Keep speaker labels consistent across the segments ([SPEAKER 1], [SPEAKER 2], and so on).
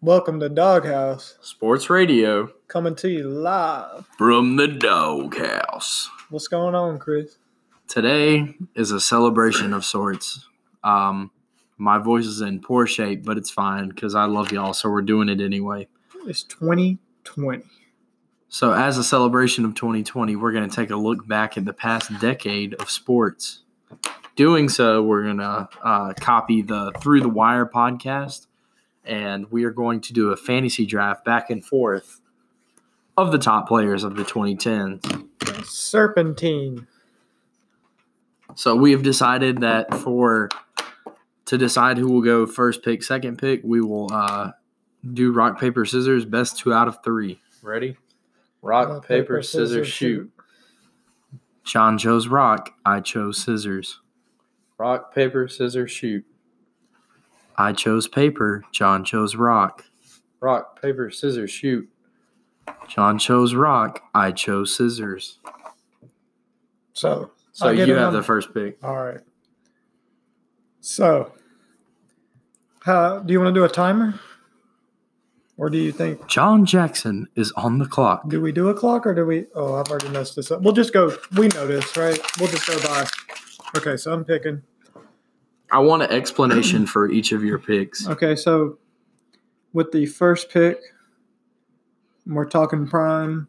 [SPEAKER 1] Welcome to Doghouse,
[SPEAKER 2] Sports Radio
[SPEAKER 1] coming to you live.
[SPEAKER 2] from the Doghouse.
[SPEAKER 1] What's going on, Chris?
[SPEAKER 2] Today is a celebration of sorts. Um, my voice is in poor shape, but it's fine because I love y'all, so we're doing it anyway.
[SPEAKER 1] It's 2020.
[SPEAKER 2] So, as a celebration of 2020, we're going to take a look back at the past decade of sports. Doing so, we're going to uh, copy the Through the Wire podcast, and we are going to do a fantasy draft back and forth of the top players of the 2010s.
[SPEAKER 1] Serpentine.
[SPEAKER 2] So we have decided that for to decide who will go first pick, second pick, we will uh, do rock paper scissors, best two out of three. Ready? Rock,
[SPEAKER 1] Rock,
[SPEAKER 2] paper, scissors, shoot. Sean chose rock. I chose scissors. Rock paper scissors shoot. I chose paper. John chose rock. Rock paper scissors shoot. John chose rock. I chose scissors.
[SPEAKER 1] So,
[SPEAKER 2] So
[SPEAKER 1] I'll get
[SPEAKER 2] you
[SPEAKER 1] it
[SPEAKER 2] have
[SPEAKER 1] on-
[SPEAKER 2] the first pick.
[SPEAKER 1] all right. So, how, do you want to do a timer? Or do you think,
[SPEAKER 2] John Jackson is on the clock.
[SPEAKER 1] do we do a clock or do we? Oh, I've already messed this up. We'll just go, we know this, right? We'll just go by. Okay, so I'm picking.
[SPEAKER 2] I want an explanation for each of your picks.
[SPEAKER 1] Okay, so with the first pick, we're talking prime.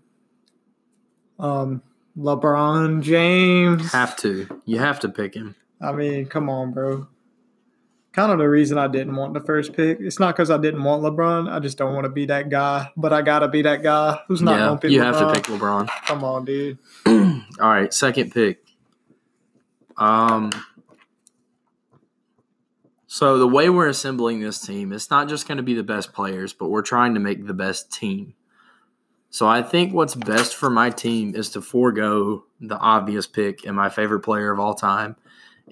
[SPEAKER 1] Um, LeBron James.
[SPEAKER 2] Have to. You have to pick him.
[SPEAKER 1] I mean, come on, bro. Kind of the reason I didn't want the first pick. It's not because I didn't want LeBron. I just don't want to be that guy. But I gotta be that guy who's not
[SPEAKER 2] yeah,
[SPEAKER 1] gonna pick
[SPEAKER 2] you
[SPEAKER 1] LeBron.
[SPEAKER 2] have to pick LeBron.
[SPEAKER 1] Come on, dude.
[SPEAKER 2] All right, second pick. Um. So the way we're assembling this team, it's not just going to be the best players, but we're trying to make the best team. So I think what's best for my team is to forego the obvious pick and my favorite player of all time,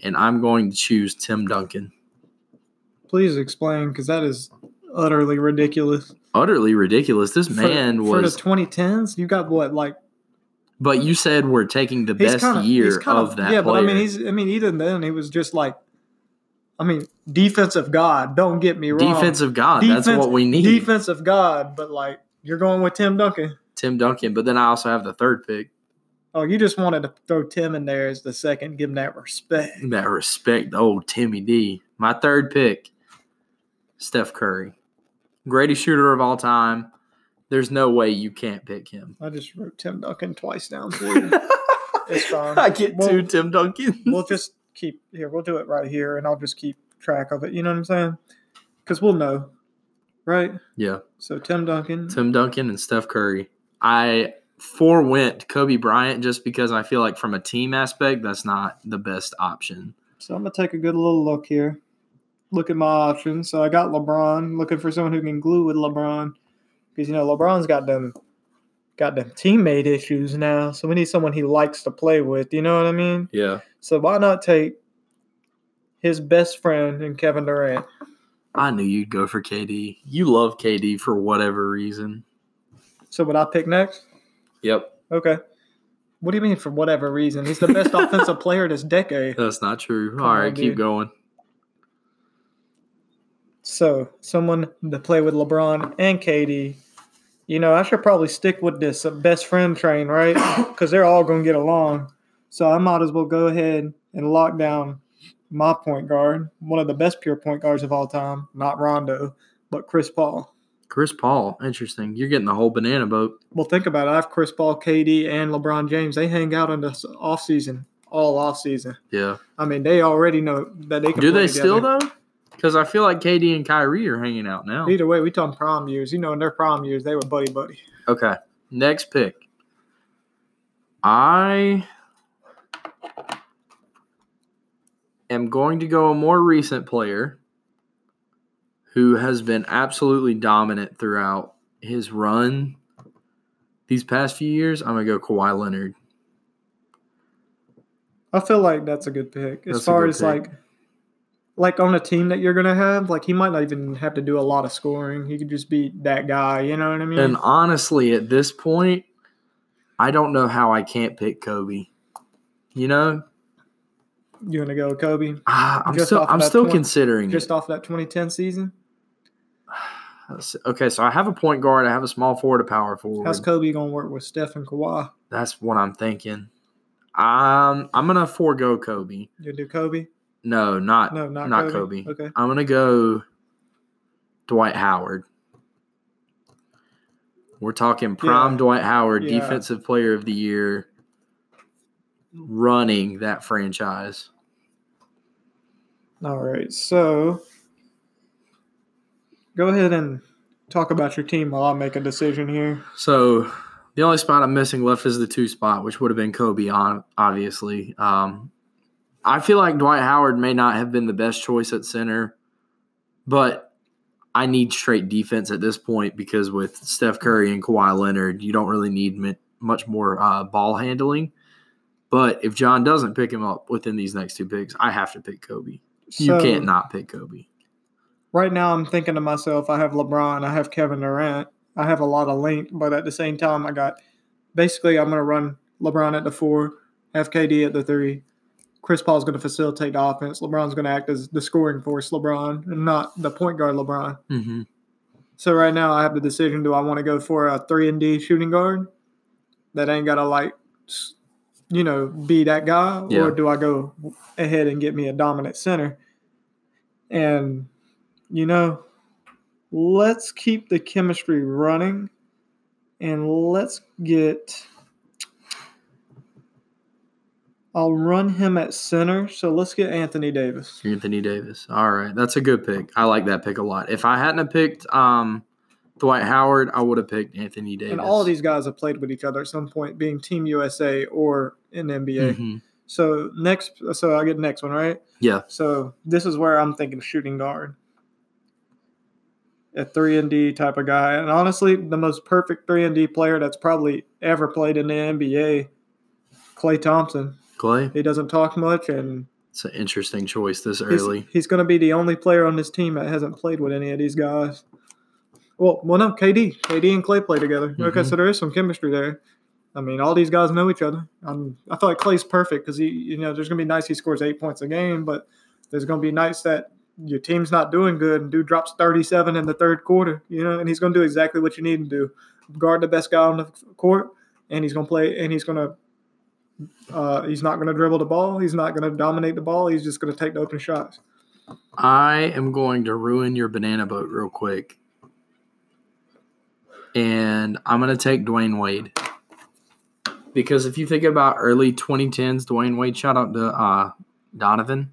[SPEAKER 2] and I'm going to choose Tim Duncan.
[SPEAKER 1] Please explain, because that is utterly ridiculous.
[SPEAKER 2] Utterly ridiculous. This
[SPEAKER 1] For-
[SPEAKER 2] man
[SPEAKER 1] for the
[SPEAKER 2] was
[SPEAKER 1] 2010s. You got what, like
[SPEAKER 2] But you said we're taking the
[SPEAKER 1] He's
[SPEAKER 2] best
[SPEAKER 1] kinda-
[SPEAKER 2] year
[SPEAKER 1] he's kind
[SPEAKER 2] of that
[SPEAKER 1] yeah,
[SPEAKER 2] player.
[SPEAKER 1] but I mean, he's. I mean, even then, he was just like, I mean, defense of God. Don't get me wrong.
[SPEAKER 2] defensive god. that's
[SPEAKER 1] Defense-
[SPEAKER 2] what we need.
[SPEAKER 1] defense of God. But like, you're going with Tim Duncan.
[SPEAKER 2] Tim Duncan. But then I also have the third pick.
[SPEAKER 1] Oh, you just wanted to throw Tim in there as the second, give him that respect.
[SPEAKER 2] That respect, the old Timmy D. My third pick, Steph Curry, greatest shooter of all time. There's no way you can't pick him.
[SPEAKER 1] I just wrote Tim Duncan twice down for you. It's fine.
[SPEAKER 2] I get two
[SPEAKER 1] We'll-
[SPEAKER 2] Tim Duncan.
[SPEAKER 1] we'll just keep here. We'll do it right here, and I'll just keep track of it. You know what I'm saying? Because we'll know, right?
[SPEAKER 2] yeah,
[SPEAKER 1] So Tim Duncan.
[SPEAKER 2] Tim Duncan and Steph Curry. I forewent Kobe Bryant just because I feel like from a team aspect, that's not the best option.
[SPEAKER 1] So I'm gonna take a good little look here. Look at my options. So I got LeBron, looking for someone who can glue with LeBron. Because you know, LeBron's got them got them teammate issues now. So we need someone he likes to play with, you know what I mean?
[SPEAKER 2] Yeah.
[SPEAKER 1] So why not take his best friend and Kevin Durant?
[SPEAKER 2] I knew you'd go for KD. You love KD for whatever reason.
[SPEAKER 1] So what I pick next?
[SPEAKER 2] Yep.
[SPEAKER 1] Okay. What do you mean for whatever reason? He's the best offensive player this decade.
[SPEAKER 2] That's not true.
[SPEAKER 1] Come
[SPEAKER 2] All
[SPEAKER 1] on,
[SPEAKER 2] right, keep
[SPEAKER 1] dude.
[SPEAKER 2] going.
[SPEAKER 1] So someone to play with LeBron and KD. You know, I should probably stick with this uh, best friend train, right? Because they're all going to get along. So I might as well go ahead and lock down my point guard, one of the best pure point guards of all time, not Rondo, but Chris Paul.
[SPEAKER 2] Chris Paul, interesting. You're getting the whole banana boat.
[SPEAKER 1] Well, think about it. I have Chris Paul, KD, and LeBron James. They hang out in the s- offseason, all offseason.
[SPEAKER 2] Yeah.
[SPEAKER 1] I mean, they already know that they can
[SPEAKER 2] Do
[SPEAKER 1] play together.
[SPEAKER 2] they still though? Because I feel like KD and Kyrie are hanging out now.
[SPEAKER 1] Either way, we talking prom years. You know, in their prom years, they were buddy buddy.
[SPEAKER 2] Okay. Next pick. I am going to go a more recent player who has been absolutely dominant throughout his run these past few years. I'm going to go Kawhi Leonard.
[SPEAKER 1] I feel like that's a good pick. As
[SPEAKER 2] That's a
[SPEAKER 1] far
[SPEAKER 2] good
[SPEAKER 1] as
[SPEAKER 2] pick.
[SPEAKER 1] like like on a team that you're gonna have, like he might not even have to do a lot of scoring. He could just be that guy, you know what I mean?
[SPEAKER 2] And honestly, at this point, I don't know how I can't pick Kobe. You know,
[SPEAKER 1] you wanna go with Kobe
[SPEAKER 2] ah, I'm
[SPEAKER 1] Just
[SPEAKER 2] still
[SPEAKER 1] off of
[SPEAKER 2] I'm
[SPEAKER 1] that
[SPEAKER 2] still
[SPEAKER 1] point,
[SPEAKER 2] considering it.
[SPEAKER 1] just off that twenty ten season?
[SPEAKER 2] Let's see. Okay, so I have a point guard, I have a small forward, a power forward.
[SPEAKER 1] How's Kobe gonna work with Steph and Kawhi?
[SPEAKER 2] That's what I'm thinking. Um, I'm gonna forego Kobe.
[SPEAKER 1] You do Kobe?
[SPEAKER 2] No, not
[SPEAKER 1] No, not,
[SPEAKER 2] Not
[SPEAKER 1] Kobe.
[SPEAKER 2] Kobe.
[SPEAKER 1] Okay.
[SPEAKER 2] I'm gonna go Dwight Howard. We're talking prime
[SPEAKER 1] Yeah.
[SPEAKER 2] Dwight Howard,
[SPEAKER 1] Yeah.
[SPEAKER 2] defensive player of the year, running that franchise.
[SPEAKER 1] All right. So go ahead and talk about your team while I make a decision here.
[SPEAKER 2] So the only spot I'm missing left is the two spot, which would have been Kobe on obviously. Um, I feel like Dwight Howard may not have been the best choice at center, but I need straight defense at this point because with Steph Curry and Kawhi Leonard, you don't really need mi- much more uh, ball handling. But if John doesn't pick him up within these next two picks, I have to pick Kobe. You
[SPEAKER 1] So,
[SPEAKER 2] can't not pick Kobe.
[SPEAKER 1] Right now, I'm thinking to myself, I have LeBron, I have Kevin Durant, I have a lot of length, but at the same time, I got basically I'm going to run LeBron at the four, have KD at the three. Chris Paul's going to facilitate the offense. LeBron's going to act as the scoring force, LeBron, and not the point guard, LeBron.
[SPEAKER 2] hmm
[SPEAKER 1] So right now I have the decision: do I want to go for a three and D shooting guard that ain't gotta like, s- you know, be that guy,
[SPEAKER 2] Yeah.
[SPEAKER 1] or do I go ahead and get me a dominant center? And you know, let's keep the chemistry running, and let's get. I'll run him at center, so let's get Anthony Davis.
[SPEAKER 2] Anthony Davis. All right, that's a good pick. I like that pick a lot. If I hadn't have picked um, Dwight Howard, I would have picked Anthony Davis.
[SPEAKER 1] And all of these guys have played with each other at some point, being Team USA or in the NBA.
[SPEAKER 2] Mhm.
[SPEAKER 1] So next, so I get the next one, right?
[SPEAKER 2] Yeah.
[SPEAKER 1] So this is where I'm thinking shooting guard, a three and D type of guy, and honestly, the most perfect three and D player that's probably ever played in the NBA, Clay Thompson.
[SPEAKER 2] Clay.
[SPEAKER 1] He doesn't talk much, and
[SPEAKER 2] It's an interesting choice this
[SPEAKER 1] he's,
[SPEAKER 2] early.
[SPEAKER 1] he's going to be the only player on this team that hasn't played with any of these guys. Well, well, no, KD, KD and Clay play together. Okay,
[SPEAKER 2] Mhm.
[SPEAKER 1] so there is some chemistry there. I mean, all these guys know each other. Um, I feel like Clay's perfect because he, you know, there's going to be nights he scores eight points a game, but there's going to be nights that your team's not doing good and dude drops 37 in the third quarter, you know, and he's going to do exactly what you need him to do: guard the best guy on the court, and he's going to play, and he's going to. Uh, he's not going to dribble the ball. He's not going to dominate the ball. He's just going to take the open shots.
[SPEAKER 2] I am going to ruin your banana boat real quick, and I'm going to take Dwayne Wade because if you think about early 2010s, Dwayne Wade. Shout out to uh, Donovan.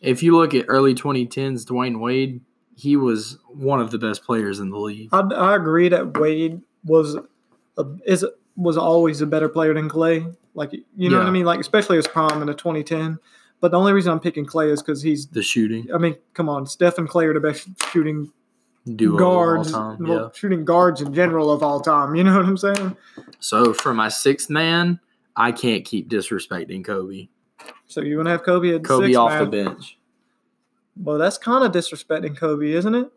[SPEAKER 2] If you look at early 2010s, Dwayne Wade, he was one of the best players in the league.
[SPEAKER 1] I, I agree that Wade was a, is was always a better player than Clay. Like you know what I
[SPEAKER 2] Yeah.
[SPEAKER 1] mean? Like especially his prime in the 2010. But the only reason I'm picking Clay is because he's.
[SPEAKER 2] The shooting.
[SPEAKER 1] I mean, come on, Steph and Clay are the best shooting
[SPEAKER 2] duo of
[SPEAKER 1] guards,
[SPEAKER 2] all time.
[SPEAKER 1] well, shooting guards in general of all time. You know what I'm saying?
[SPEAKER 2] yeah. So for my sixth man, I can't keep disrespecting Kobe.
[SPEAKER 1] So you want to have Kobe at
[SPEAKER 2] Kobe
[SPEAKER 1] six,
[SPEAKER 2] off
[SPEAKER 1] man.
[SPEAKER 2] the bench.
[SPEAKER 1] Well, that's kind of disrespecting Kobe, isn't it?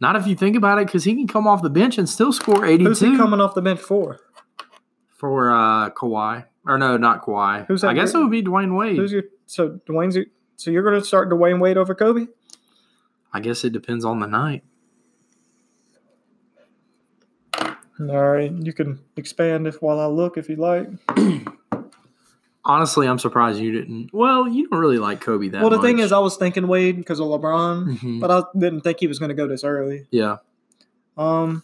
[SPEAKER 2] Not if you think about it, because he can come off the bench and still score eighty-two
[SPEAKER 1] Who's he coming off the bench for?
[SPEAKER 2] for uh, Kawhi. Or no, not Kawhi.
[SPEAKER 1] Who's that
[SPEAKER 2] I guess it
[SPEAKER 1] dude?
[SPEAKER 2] would be Dwayne
[SPEAKER 1] Who's
[SPEAKER 2] Wade.
[SPEAKER 1] your so Dwayne's? Your, so you're going to start Dwayne Wade over Kobe?
[SPEAKER 2] I guess it depends on the night.
[SPEAKER 1] All right, you can expand if while I look if you like.
[SPEAKER 2] Honestly, I'm surprised you didn't. Well, you don't really like Kobe that
[SPEAKER 1] Well, the thing
[SPEAKER 2] much.
[SPEAKER 1] is, I was thinking Wade because of LeBron,
[SPEAKER 2] Mhm.
[SPEAKER 1] but I didn't think he was going to go this early.
[SPEAKER 2] yeah,
[SPEAKER 1] Um,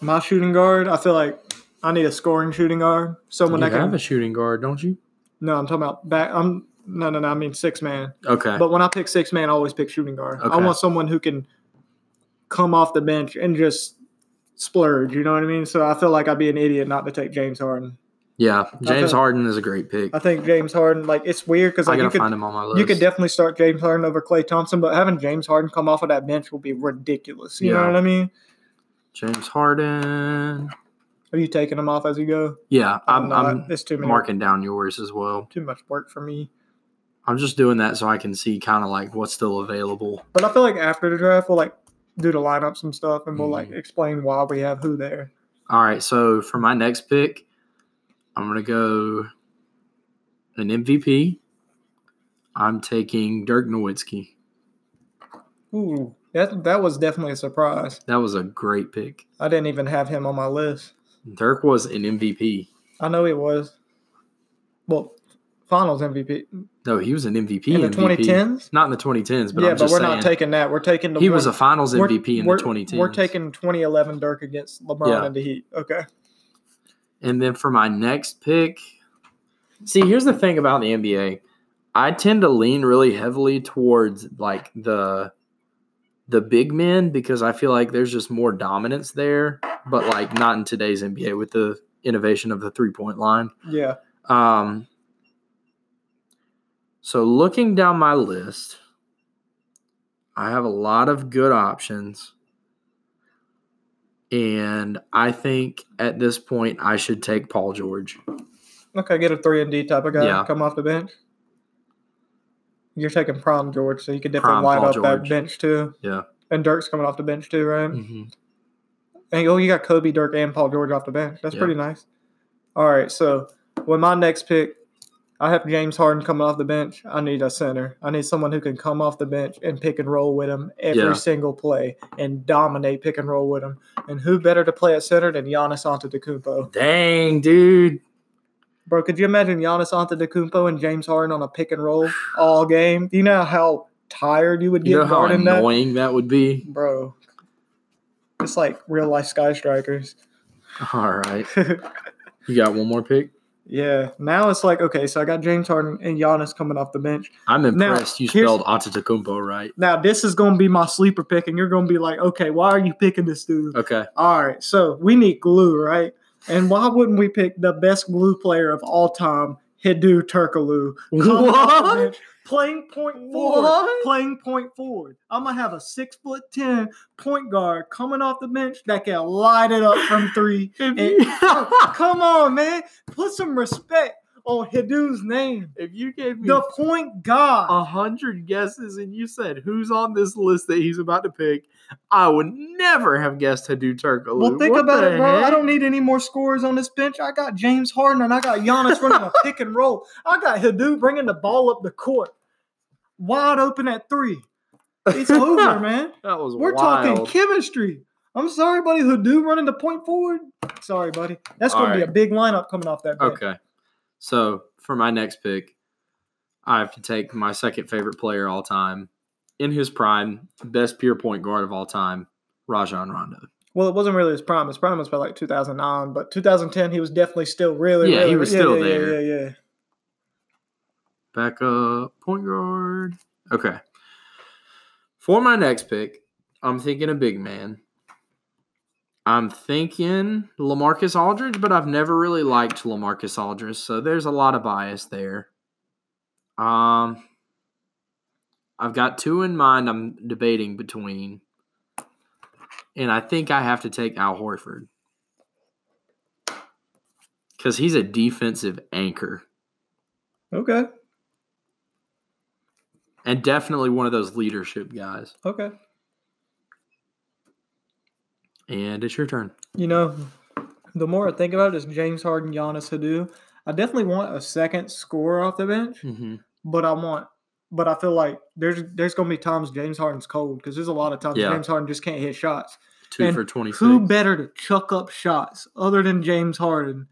[SPEAKER 1] my shooting guard, I feel like I need a scoring shooting guard, someone
[SPEAKER 2] you
[SPEAKER 1] that can.
[SPEAKER 2] have a shooting guard, don't you?
[SPEAKER 1] no, I'm talking about back. I'm no, no, no. I mean six man.
[SPEAKER 2] Okay,
[SPEAKER 1] But when I pick six man, I always pick shooting guard. I
[SPEAKER 2] Okay.
[SPEAKER 1] want someone who can come off the bench and just splurge. You know what I mean? So I feel like I'd be an idiot not to take James Harden.
[SPEAKER 2] yeah. James
[SPEAKER 1] think-
[SPEAKER 2] Harden is a great pick.
[SPEAKER 1] I think James Harden, like it's weird because
[SPEAKER 2] I
[SPEAKER 1] like you
[SPEAKER 2] gotta
[SPEAKER 1] could
[SPEAKER 2] find him on my list.
[SPEAKER 1] You could definitely start James Harden over Clay Thompson, but having James Harden come off of that bench will be ridiculous. You know
[SPEAKER 2] Yeah.
[SPEAKER 1] what I mean?
[SPEAKER 2] James Harden.
[SPEAKER 1] Are you taking him off as you go?
[SPEAKER 2] Yeah, I'm,
[SPEAKER 1] not.
[SPEAKER 2] I'm
[SPEAKER 1] it's too many,
[SPEAKER 2] marking down yours as well.
[SPEAKER 1] too much work for me.
[SPEAKER 2] I'm just doing that so I can see kind of like what's still available.
[SPEAKER 1] But I feel like after the draft, we'll like do the lineups and stuff, and we'll like
[SPEAKER 2] Mhm.
[SPEAKER 1] explain why we have who there.
[SPEAKER 2] All right, so for my next pick, I'm going to go an MVP. I'm taking Dirk Nowitzki.
[SPEAKER 1] Ooh, That that was definitely a surprise.
[SPEAKER 2] That was a great pick.
[SPEAKER 1] I didn't even have him on my list.
[SPEAKER 2] Dirk was an MVP.
[SPEAKER 1] I know he was. Well, finals MVP
[SPEAKER 2] No, he was an MVP
[SPEAKER 1] in the
[SPEAKER 2] MVP.
[SPEAKER 1] 2010s.
[SPEAKER 2] Not in the 2010s, but
[SPEAKER 1] yeah,
[SPEAKER 2] I'm
[SPEAKER 1] but
[SPEAKER 2] just
[SPEAKER 1] we're
[SPEAKER 2] saying
[SPEAKER 1] not taking that. We're taking the
[SPEAKER 2] he
[SPEAKER 1] one-
[SPEAKER 2] was a Finals
[SPEAKER 1] we're-
[SPEAKER 2] MVP in
[SPEAKER 1] we're-
[SPEAKER 2] the 2010s.
[SPEAKER 1] We're taking 2011 Dirk against LeBron
[SPEAKER 2] Yeah.
[SPEAKER 1] and the Heat. Okay.
[SPEAKER 2] And then for my next pick, see, here's the thing about the NBA. I tend to lean really heavily towards like the the big men because I feel like there's just more dominance there, but like not in today's NBA with the innovation of the three point line.
[SPEAKER 1] Yeah.
[SPEAKER 2] Um, so looking down my list, I have a lot of good options. And I think at this point I should take Paul George.
[SPEAKER 1] Okay, get a three and D type of guy.
[SPEAKER 2] Yeah.
[SPEAKER 1] Come off the bench. You're taking Prime George, so you could definitely
[SPEAKER 2] Prime
[SPEAKER 1] light
[SPEAKER 2] Paul
[SPEAKER 1] up that
[SPEAKER 2] George.
[SPEAKER 1] bench too.
[SPEAKER 2] Yeah.
[SPEAKER 1] And Dirk's coming off the bench too, right?
[SPEAKER 2] Mm-hmm.
[SPEAKER 1] And oh, you got Kobe, Dirk, and Paul George off the bench. That's
[SPEAKER 2] Yeah.
[SPEAKER 1] pretty nice. All right, so with my next pick, I have James Harden coming off the bench. I need a center. I need someone who can come off the bench and pick and roll with him every
[SPEAKER 2] Yeah.
[SPEAKER 1] single play and dominate pick and roll with him. And who better to play at center than Giannis Antetokounmpo?
[SPEAKER 2] Dang, dude.
[SPEAKER 1] Bro, could you imagine Giannis Antetokounmpo and James Harden on a pick and roll all game? Do you know how tired you would get
[SPEAKER 2] You know how
[SPEAKER 1] guarding that?
[SPEAKER 2] annoying that would be?
[SPEAKER 1] Bro, it's like real life Sky Strikers.
[SPEAKER 2] All right. You got one more pick?
[SPEAKER 1] Yeah. Now it's like, okay, so I got James Harden and Giannis coming off the bench.
[SPEAKER 2] I'm
[SPEAKER 1] Now,
[SPEAKER 2] impressed you
[SPEAKER 1] here's-
[SPEAKER 2] spelled Antetokounmpo right.
[SPEAKER 1] Now this is gonna be my sleeper pick, and you're gonna be like, okay, why are you picking this dude?
[SPEAKER 2] Okay.
[SPEAKER 1] All right, so we need glue, right? And why wouldn't we pick the best glue player of all time, Hidu Turkoglu? Coming off the bench, Playing point forward.
[SPEAKER 2] What?
[SPEAKER 1] Playing point forward. I'm gonna have a six foot ten point guard coming off the bench that can light it up from three.
[SPEAKER 2] If
[SPEAKER 1] And-
[SPEAKER 2] you-
[SPEAKER 1] Come on, man. Put some respect on Hidu's name.
[SPEAKER 2] if you gave me
[SPEAKER 1] The point guard.
[SPEAKER 2] a hundred guesses and you said who's on this list that he's about to pick, I would never have guessed Hadu Turkoglu.
[SPEAKER 1] Well, think
[SPEAKER 2] What
[SPEAKER 1] about
[SPEAKER 2] the
[SPEAKER 1] it, bro. I
[SPEAKER 2] heck?
[SPEAKER 1] don't need any more scorers on this bench. I got James Harden and I got Giannis running a pick and roll. I got Hadou bringing the ball up the court, wide open at three. It's over, man.
[SPEAKER 2] That was
[SPEAKER 1] We're
[SPEAKER 2] wild.
[SPEAKER 1] talking chemistry. I'm sorry, buddy. Hadou running the point forward. Sorry, buddy. That's going to be a
[SPEAKER 2] Alright.
[SPEAKER 1] big lineup coming off that bench.
[SPEAKER 2] Okay, so for my next pick, I have to take my second favorite player all time, in his prime, best pure point guard of all time, Rajon Rondo.
[SPEAKER 1] Well, it wasn't really his prime. His prime was probably like 2009, but 2010, he was definitely still really,
[SPEAKER 2] Yeah, he
[SPEAKER 1] really
[SPEAKER 2] was still there.
[SPEAKER 1] Yeah, yeah, yeah.
[SPEAKER 2] Back up, point guard. Okay. For my next pick, I'm thinking a big man. I'm thinking Lamarcus Aldridge, but I've never really liked Lamarcus Aldridge, so there's a lot of bias there. Um, I've got two in mind. I'm debating between, and I think I have to take Al Horford because he's a defensive anchor.
[SPEAKER 1] Okay,
[SPEAKER 2] and definitely one of those leadership guys.
[SPEAKER 1] okay.
[SPEAKER 2] And it's your turn.
[SPEAKER 1] You know, the more I think about it, is James Harden, Giannis, Hadou. I definitely want a second scorer off the bench,
[SPEAKER 2] Mm-hmm.
[SPEAKER 1] but I want, but I feel like there's there's gonna be times James Harden's cold because there's a lot of times
[SPEAKER 2] Yeah.
[SPEAKER 1] James Harden just can't hit shots.
[SPEAKER 2] Two
[SPEAKER 1] And
[SPEAKER 2] for twenty-six.
[SPEAKER 1] Who better to chuck up shots other than James Harden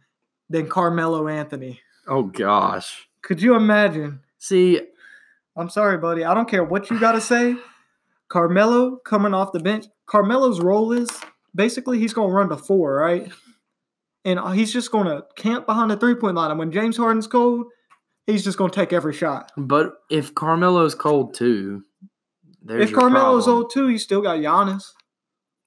[SPEAKER 1] than Carmelo Anthony?
[SPEAKER 2] oh gosh.
[SPEAKER 1] Could you imagine?
[SPEAKER 2] See,
[SPEAKER 1] I'm sorry, buddy. I don't care what you gotta say. Carmelo coming off the bench. Carmelo's role is basically he's gonna run to four, right? And he's just gonna camp behind the three point line. And when James Harden's cold, he's just gonna take every shot.
[SPEAKER 2] but if Carmelo's cold too, there's
[SPEAKER 1] if
[SPEAKER 2] your
[SPEAKER 1] Carmelo's
[SPEAKER 2] problem.
[SPEAKER 1] old too, you still got Giannis.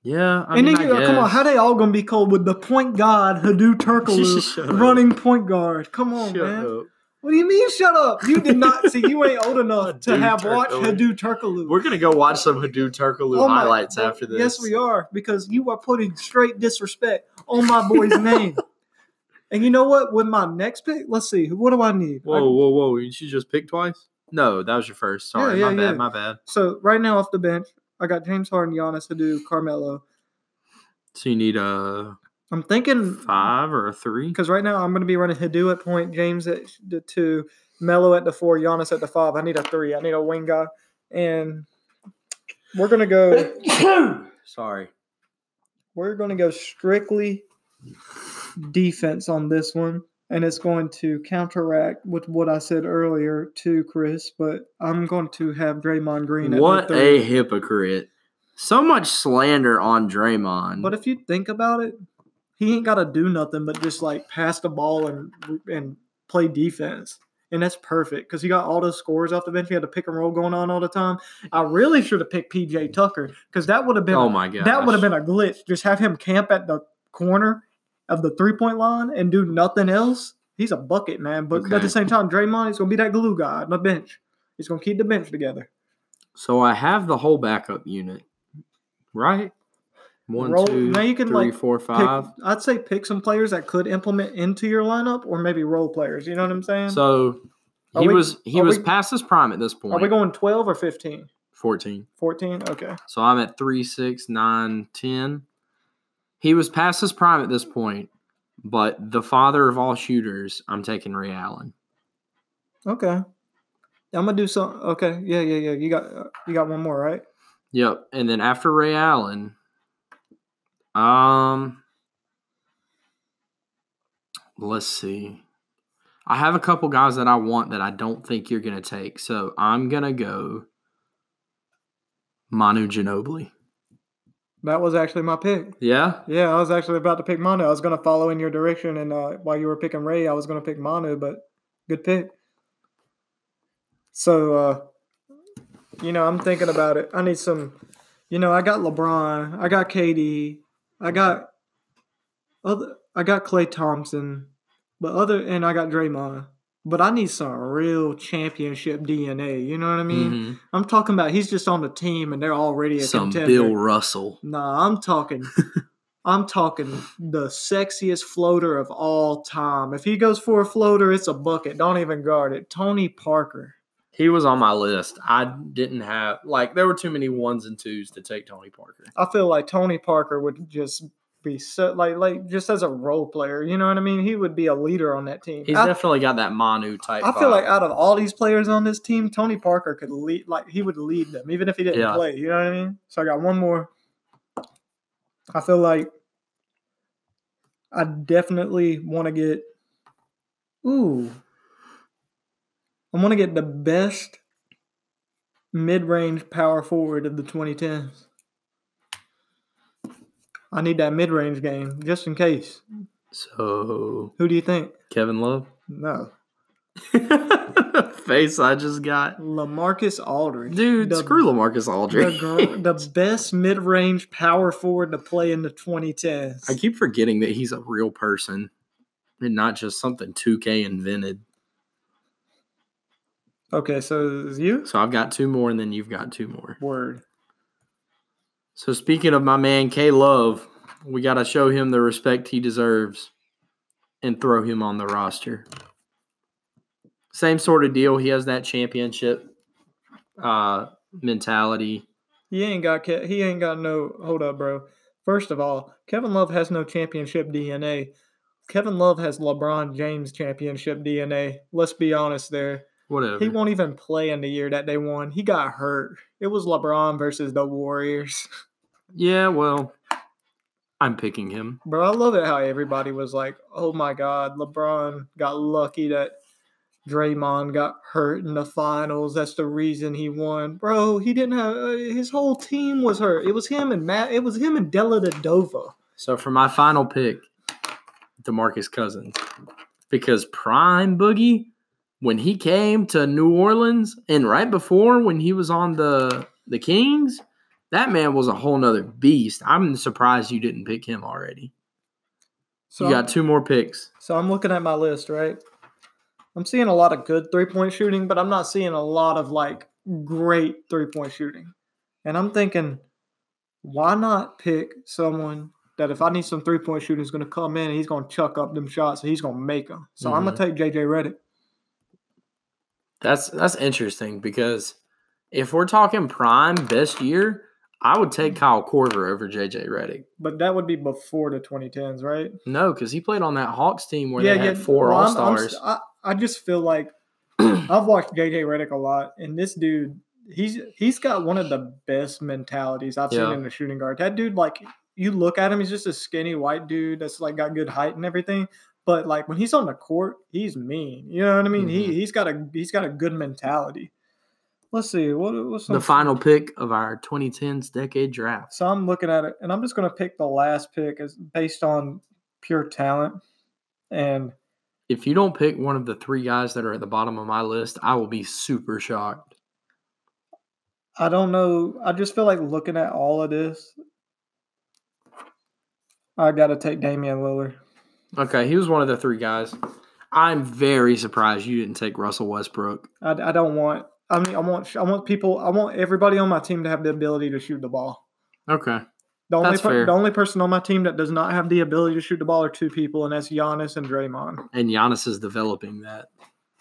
[SPEAKER 2] yeah. I
[SPEAKER 1] and then
[SPEAKER 2] mean, I
[SPEAKER 1] you come on,
[SPEAKER 2] guess.
[SPEAKER 1] how they all gonna be cold with the point guard Hadou Turkoglu
[SPEAKER 2] Shut up.
[SPEAKER 1] running point guard? Come on,
[SPEAKER 2] Shut
[SPEAKER 1] man.
[SPEAKER 2] up.
[SPEAKER 1] What do you mean? Shut up! You did not see. You ain't old enough to
[SPEAKER 2] Haddou
[SPEAKER 1] have watched
[SPEAKER 2] Turkoglu.
[SPEAKER 1] Hadou Turkoglu.
[SPEAKER 2] We're gonna go watch some Hadou Turkoglu
[SPEAKER 1] Oh my-
[SPEAKER 2] highlights
[SPEAKER 1] well,
[SPEAKER 2] after this.
[SPEAKER 1] Yes, we are because you are putting straight disrespect on my boy's name. And you know what? With my next pick, let's see. What do I need? I-
[SPEAKER 2] Whoa, whoa, whoa! Did you just pick twice? No, that was your first. Sorry,
[SPEAKER 1] Yeah,
[SPEAKER 2] my
[SPEAKER 1] yeah,
[SPEAKER 2] bad,
[SPEAKER 1] yeah.
[SPEAKER 2] my bad.
[SPEAKER 1] so right now off the bench, I got James Harden, Giannis Hadou, Carmelo.
[SPEAKER 2] So you need a
[SPEAKER 1] I'm thinking
[SPEAKER 2] five or a three?
[SPEAKER 1] because right now I'm going to be running Hadou at point, James at the two, Melo at the four, Giannis at the five. I need a three. I need a wing guy, and We're gonna go.
[SPEAKER 2] Sorry.
[SPEAKER 1] We're gonna go strictly defense on this one, and it's going to counteract with what I said earlier to Chris. But I'm going to have Draymond Green. At
[SPEAKER 2] What
[SPEAKER 1] the three.
[SPEAKER 2] a hypocrite. So much slander on Draymond.
[SPEAKER 1] But if you think about it, he ain't got to do nothing but just like pass the ball and and play defense. And that's perfect because he got all those scores off the bench. He had a pick and roll going on all the time. I really should have picked PJ Tucker because that would have been
[SPEAKER 2] oh my god.
[SPEAKER 1] that would have been a glitch. Just have him camp at the corner of the three point line and do nothing else. He's a bucket man. But at
[SPEAKER 2] Okay.
[SPEAKER 1] the same time, Draymond is gonna be that glue guy on the bench. He's gonna keep the bench together.
[SPEAKER 2] So I have the whole backup unit, right? One,
[SPEAKER 1] Roll-
[SPEAKER 2] two,
[SPEAKER 1] now you can,
[SPEAKER 2] three,
[SPEAKER 1] like,
[SPEAKER 2] four,
[SPEAKER 1] Pick-
[SPEAKER 2] five.
[SPEAKER 1] I'd say pick some players that could implement into your lineup or maybe role players. You know what I'm saying?
[SPEAKER 2] So
[SPEAKER 1] Are
[SPEAKER 2] he
[SPEAKER 1] we-
[SPEAKER 2] was he
[SPEAKER 1] are
[SPEAKER 2] was
[SPEAKER 1] we-
[SPEAKER 2] past his prime at this point.
[SPEAKER 1] Are we going 12 or 15?
[SPEAKER 2] Fourteen.
[SPEAKER 1] 14? Okay.
[SPEAKER 2] So I'm at three, six, nine, ten. He was past his prime at this point, but the father of all shooters, I'm taking Ray Allen.
[SPEAKER 1] Okay. I'm gonna do some. Okay, yeah, yeah, yeah. You got uh, you got one more, right?
[SPEAKER 2] Yep. And then after Ray Allen, um, let's see. I have a couple guys that I want that I don't think you're going to take. So I'm going to go Manu Ginobili.
[SPEAKER 1] That was actually my pick.
[SPEAKER 2] Yeah.
[SPEAKER 1] Yeah, I was actually about to pick Mono. I was gonna follow in your direction, and uh, while you were picking Ray, I was gonna pick Mono. But good pick. So, uh, you know, I'm thinking about it. I need some. You know, I got LeBron. I got KD. I got other. I got Clay Thompson, but other and I got Draymond. But I need some real championship DNA. You know what I mean?
[SPEAKER 2] Mhm.
[SPEAKER 1] I'm talking about he's just on the team and they're already a
[SPEAKER 2] Some
[SPEAKER 1] contender.
[SPEAKER 2] Bill Russell.
[SPEAKER 1] Nah, I'm talking. I'm talking the sexiest floater of all time. If he goes for a floater, it's a bucket. Don't even guard it. Tony Parker.
[SPEAKER 2] He was on my list. I didn't have, like, there were too many ones and twos to take Tony Parker.
[SPEAKER 1] I feel like Tony Parker would just be so like like just as a role player. You know what I mean? He would be a leader on that team.
[SPEAKER 2] He's
[SPEAKER 1] I,
[SPEAKER 2] definitely got that Manu type.
[SPEAKER 1] I feel
[SPEAKER 2] vibe.
[SPEAKER 1] like out of all these players on this team, Tony Parker could lead. Like he would lead them, even if he didn't
[SPEAKER 2] Yeah.
[SPEAKER 1] play. You know what I mean? So I got one more. I feel like I definitely want to get. Ooh, I want to get the best mid-range power forward of the 2010s. I need that mid-range game just in case.
[SPEAKER 2] so,
[SPEAKER 1] Who do you think?
[SPEAKER 2] Kevin Love.
[SPEAKER 1] No,
[SPEAKER 2] face I just got.
[SPEAKER 1] Lamarcus Aldridge.
[SPEAKER 2] Dude,
[SPEAKER 1] The
[SPEAKER 2] screw Lamarcus Aldridge.
[SPEAKER 1] the, gr- the best mid-range power forward to play in the 2010s.
[SPEAKER 2] I keep forgetting that he's a real person and not just something 2K invented.
[SPEAKER 1] okay, so it's you
[SPEAKER 2] So I've got two more and then you've got two more.
[SPEAKER 1] word.
[SPEAKER 2] So speaking of my man K Love, we got to show him the respect he deserves and throw him on the roster. Same sort of deal. He has that championship uh, mentality.
[SPEAKER 1] He ain't got Ke- he ain't got no hold up, bro. First of all, Kevin Love has no championship DNA. Kevin Love has LeBron James championship DNA. Let's be honest there.
[SPEAKER 2] Whatever.
[SPEAKER 1] He won't even play in the year that they won. He got hurt. It was LeBron versus the Warriors.
[SPEAKER 2] yeah, well, I'm picking him.
[SPEAKER 1] Bro, I love it how everybody was like, "Oh my God, LeBron got lucky that Draymond got hurt in the finals. That's the reason he won." Bro, he didn't have uh, his whole team was hurt. It was him and Matt. It was him and Della Dova.
[SPEAKER 2] So for my final pick, DeMarcus Cousins. Because Prime Boogie, when he came to New Orleans and right before when he was on the the Kings, that man was a whole nother beast. I'm surprised you didn't pick him already.
[SPEAKER 1] So
[SPEAKER 2] you
[SPEAKER 1] I'm-
[SPEAKER 2] got two more picks.
[SPEAKER 1] So I'm looking at my list, right? I'm seeing a lot of good three point shooting, but I'm not seeing a lot of like great three point shooting. And I'm thinking, why not pick someone that if I need some three point shooting is going to come in and he's going to chuck up them shots and he's going to make them. So I'm going to take JJ Redick.
[SPEAKER 2] That's that's interesting because if we're talking prime best year, I would take Kyle Corver over JJ Redick.
[SPEAKER 1] But that would be before the 2010s, right?
[SPEAKER 2] No, because he played on that Hawks team where they had four
[SPEAKER 1] Well, I'm-
[SPEAKER 2] All
[SPEAKER 1] I'm
[SPEAKER 2] Stars.
[SPEAKER 1] st- I, I just feel like I've watched JJ Redick a lot, and this dude he's he's got one of the best mentalities I've
[SPEAKER 2] Yeah.
[SPEAKER 1] seen in a shooting guard. That dude, like you look at him, he's just a skinny white dude that's like got good height and everything. But like when he's on the court, he's mean. You know what I mean?
[SPEAKER 2] Mm-hmm.
[SPEAKER 1] He he's got a he's got a good mentality. Let's see what what's some-
[SPEAKER 2] The final pick of our 2010s decade draft.
[SPEAKER 1] So I'm looking at it, and I'm just going to pick the last pick as based on pure talent. And
[SPEAKER 2] If you don't pick one of the three guys that are at the bottom of my list, I will be super shocked.
[SPEAKER 1] I don't know. I just feel like looking at all of this. I got to take Damian Lillard.
[SPEAKER 2] Okay, he was one of the three guys. I'm very surprised you didn't take Russell Westbrook.
[SPEAKER 1] I, I don't want. I mean, I want. I want people. I want everybody on my team to have the ability to shoot the ball.
[SPEAKER 2] Okay.
[SPEAKER 1] The only
[SPEAKER 2] That's
[SPEAKER 1] per-
[SPEAKER 2] fair.
[SPEAKER 1] the only person on my team that does not have the ability to shoot the ball are two people, and that's Giannis and Draymond.
[SPEAKER 2] And Giannis is developing that.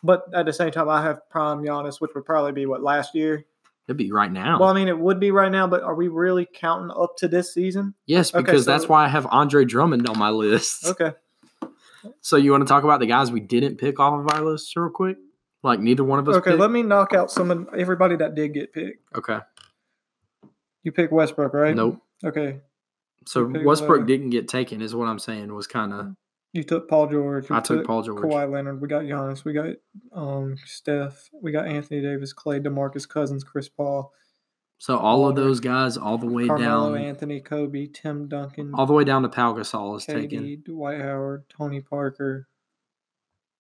[SPEAKER 1] But at the same time, I have prime Giannis, which would probably be what last year.
[SPEAKER 2] It'd be right now.
[SPEAKER 1] Well, I mean, it would be right now, but are we really counting up to this season?
[SPEAKER 2] yes,
[SPEAKER 1] okay,
[SPEAKER 2] because that's
[SPEAKER 1] so-
[SPEAKER 2] why I have Andre Drummond on my list.
[SPEAKER 1] Okay.
[SPEAKER 2] So you want to talk about the guys we didn't pick off of our list real quick? Like neither one of us.
[SPEAKER 1] Okay,
[SPEAKER 2] picked?
[SPEAKER 1] let me knock out some of everybody that did get picked.
[SPEAKER 2] okay.
[SPEAKER 1] You pick Westbrook, right?
[SPEAKER 2] Nope.
[SPEAKER 1] Okay.
[SPEAKER 2] So
[SPEAKER 1] Okay,
[SPEAKER 2] Westbrook
[SPEAKER 1] well-
[SPEAKER 2] didn't get taken, is what I'm saying. Was kind of
[SPEAKER 1] You took Paul George. You
[SPEAKER 2] I took Paul George.
[SPEAKER 1] Kawhi Leonard. We got Giannis. We got um Steph. We got Anthony Davis, Clay, DeMarcus Cousins, Chris Paul,
[SPEAKER 2] So all of
[SPEAKER 1] Walker,
[SPEAKER 2] those guys, all the way
[SPEAKER 1] Carmelo
[SPEAKER 2] down,
[SPEAKER 1] Anthony, Kobe, Tim Duncan,
[SPEAKER 2] all the way down to Pau Gasol is taken.
[SPEAKER 1] KD, Dwight Howard, Tony Parker.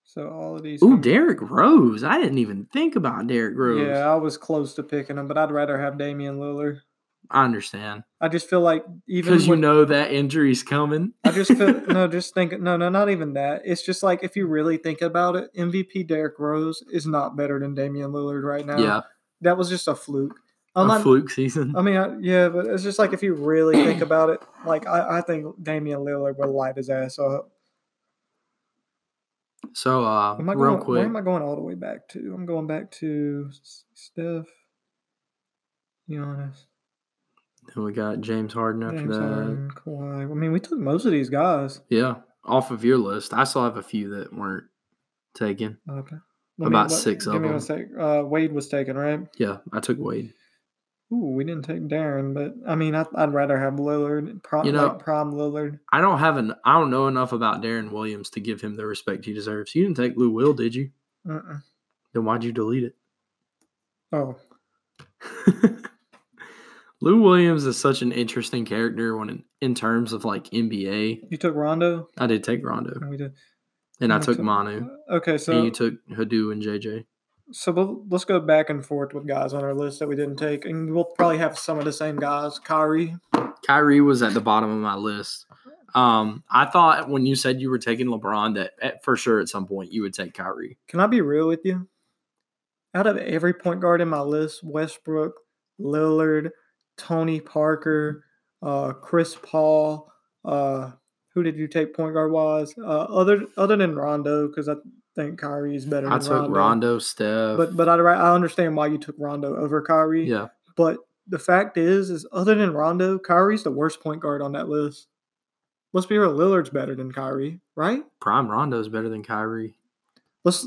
[SPEAKER 1] So all of these.
[SPEAKER 2] Ooh,
[SPEAKER 1] come-
[SPEAKER 2] Derrick Rose. I didn't even think about Derrick Rose.
[SPEAKER 1] Yeah, I was close to picking him, but I'd rather have Damian Lillard.
[SPEAKER 2] I understand
[SPEAKER 1] I just feel like even
[SPEAKER 2] because you
[SPEAKER 1] when-
[SPEAKER 2] know that injury's coming.
[SPEAKER 1] I just feel no, just think no, no, not even that. It's just like if you really think about it, MVP Derrick Rose is not better than Damian Lillard right now.
[SPEAKER 2] yeah,
[SPEAKER 1] that was just a fluke.
[SPEAKER 2] a
[SPEAKER 1] I'm not-
[SPEAKER 2] fluke season.
[SPEAKER 1] I mean, I, yeah, but it's just like if you really think about it, like I, I think Damian Lillard would light his ass up.
[SPEAKER 2] so uh,
[SPEAKER 1] Am I going,
[SPEAKER 2] real
[SPEAKER 1] Where
[SPEAKER 2] quick,
[SPEAKER 1] am I going all the way back to? I'm going back to S- Steph, Giannis,
[SPEAKER 2] who we got James Harden after
[SPEAKER 1] James
[SPEAKER 2] that.
[SPEAKER 1] Harden, Kawhi. I mean, we took most of these guys.
[SPEAKER 2] Yeah, off of your list, I still have a few that weren't taken.
[SPEAKER 1] Okay.
[SPEAKER 2] About six of
[SPEAKER 1] give me
[SPEAKER 2] them.
[SPEAKER 1] One sec. Uh, Wade was taken, right?
[SPEAKER 2] Yeah, I took Wade.
[SPEAKER 1] Ooh, we didn't take Darren, but I mean, I, I'd rather have Lillard, prom,
[SPEAKER 2] You know-
[SPEAKER 1] like prom Lillard.
[SPEAKER 2] I don't have an. I don't know enough about Darren Williams to give him the respect he deserves. You didn't take Lou Will, did you?
[SPEAKER 1] Mm-mm.
[SPEAKER 2] Then why'd you delete it?
[SPEAKER 1] Oh,
[SPEAKER 2] Lou Williams is such an interesting character when in, in terms of like NBA.
[SPEAKER 1] you took Rondo.
[SPEAKER 2] I did take Rondo
[SPEAKER 1] And we did.
[SPEAKER 2] and
[SPEAKER 1] and
[SPEAKER 2] I
[SPEAKER 1] I
[SPEAKER 2] took
[SPEAKER 1] took-
[SPEAKER 2] Manu
[SPEAKER 1] Okay,
[SPEAKER 2] and
[SPEAKER 1] so
[SPEAKER 2] you took Hadou and JJ.
[SPEAKER 1] so we'll, let's go back and forth with guys on our list that we didn't take, and we'll probably have some of the same guys. Kyrie.
[SPEAKER 2] Kyrie was at the bottom of my list. Um, I thought when you said you were taking LeBron that at, for sure at some point you would take Kyrie.
[SPEAKER 1] Can I be real with you? Out of every point guard in my list, Westbrook, Lillard, Tony Parker, uh, Chris Paul, uh, who did you take point guard wise? Uh, other other than Rondo, because I think Kyrie is better.
[SPEAKER 2] I
[SPEAKER 1] than
[SPEAKER 2] took Rondo, Steph.
[SPEAKER 1] But but I, I understand why you took Rondo over Kyrie.
[SPEAKER 2] yeah,
[SPEAKER 1] But the fact is, is other than Rondo, Kyrie's the worst point guard on that list. Let's be real, Lillard's better than Kyrie, right?
[SPEAKER 2] prime Rondo is better than Kyrie.
[SPEAKER 1] Let's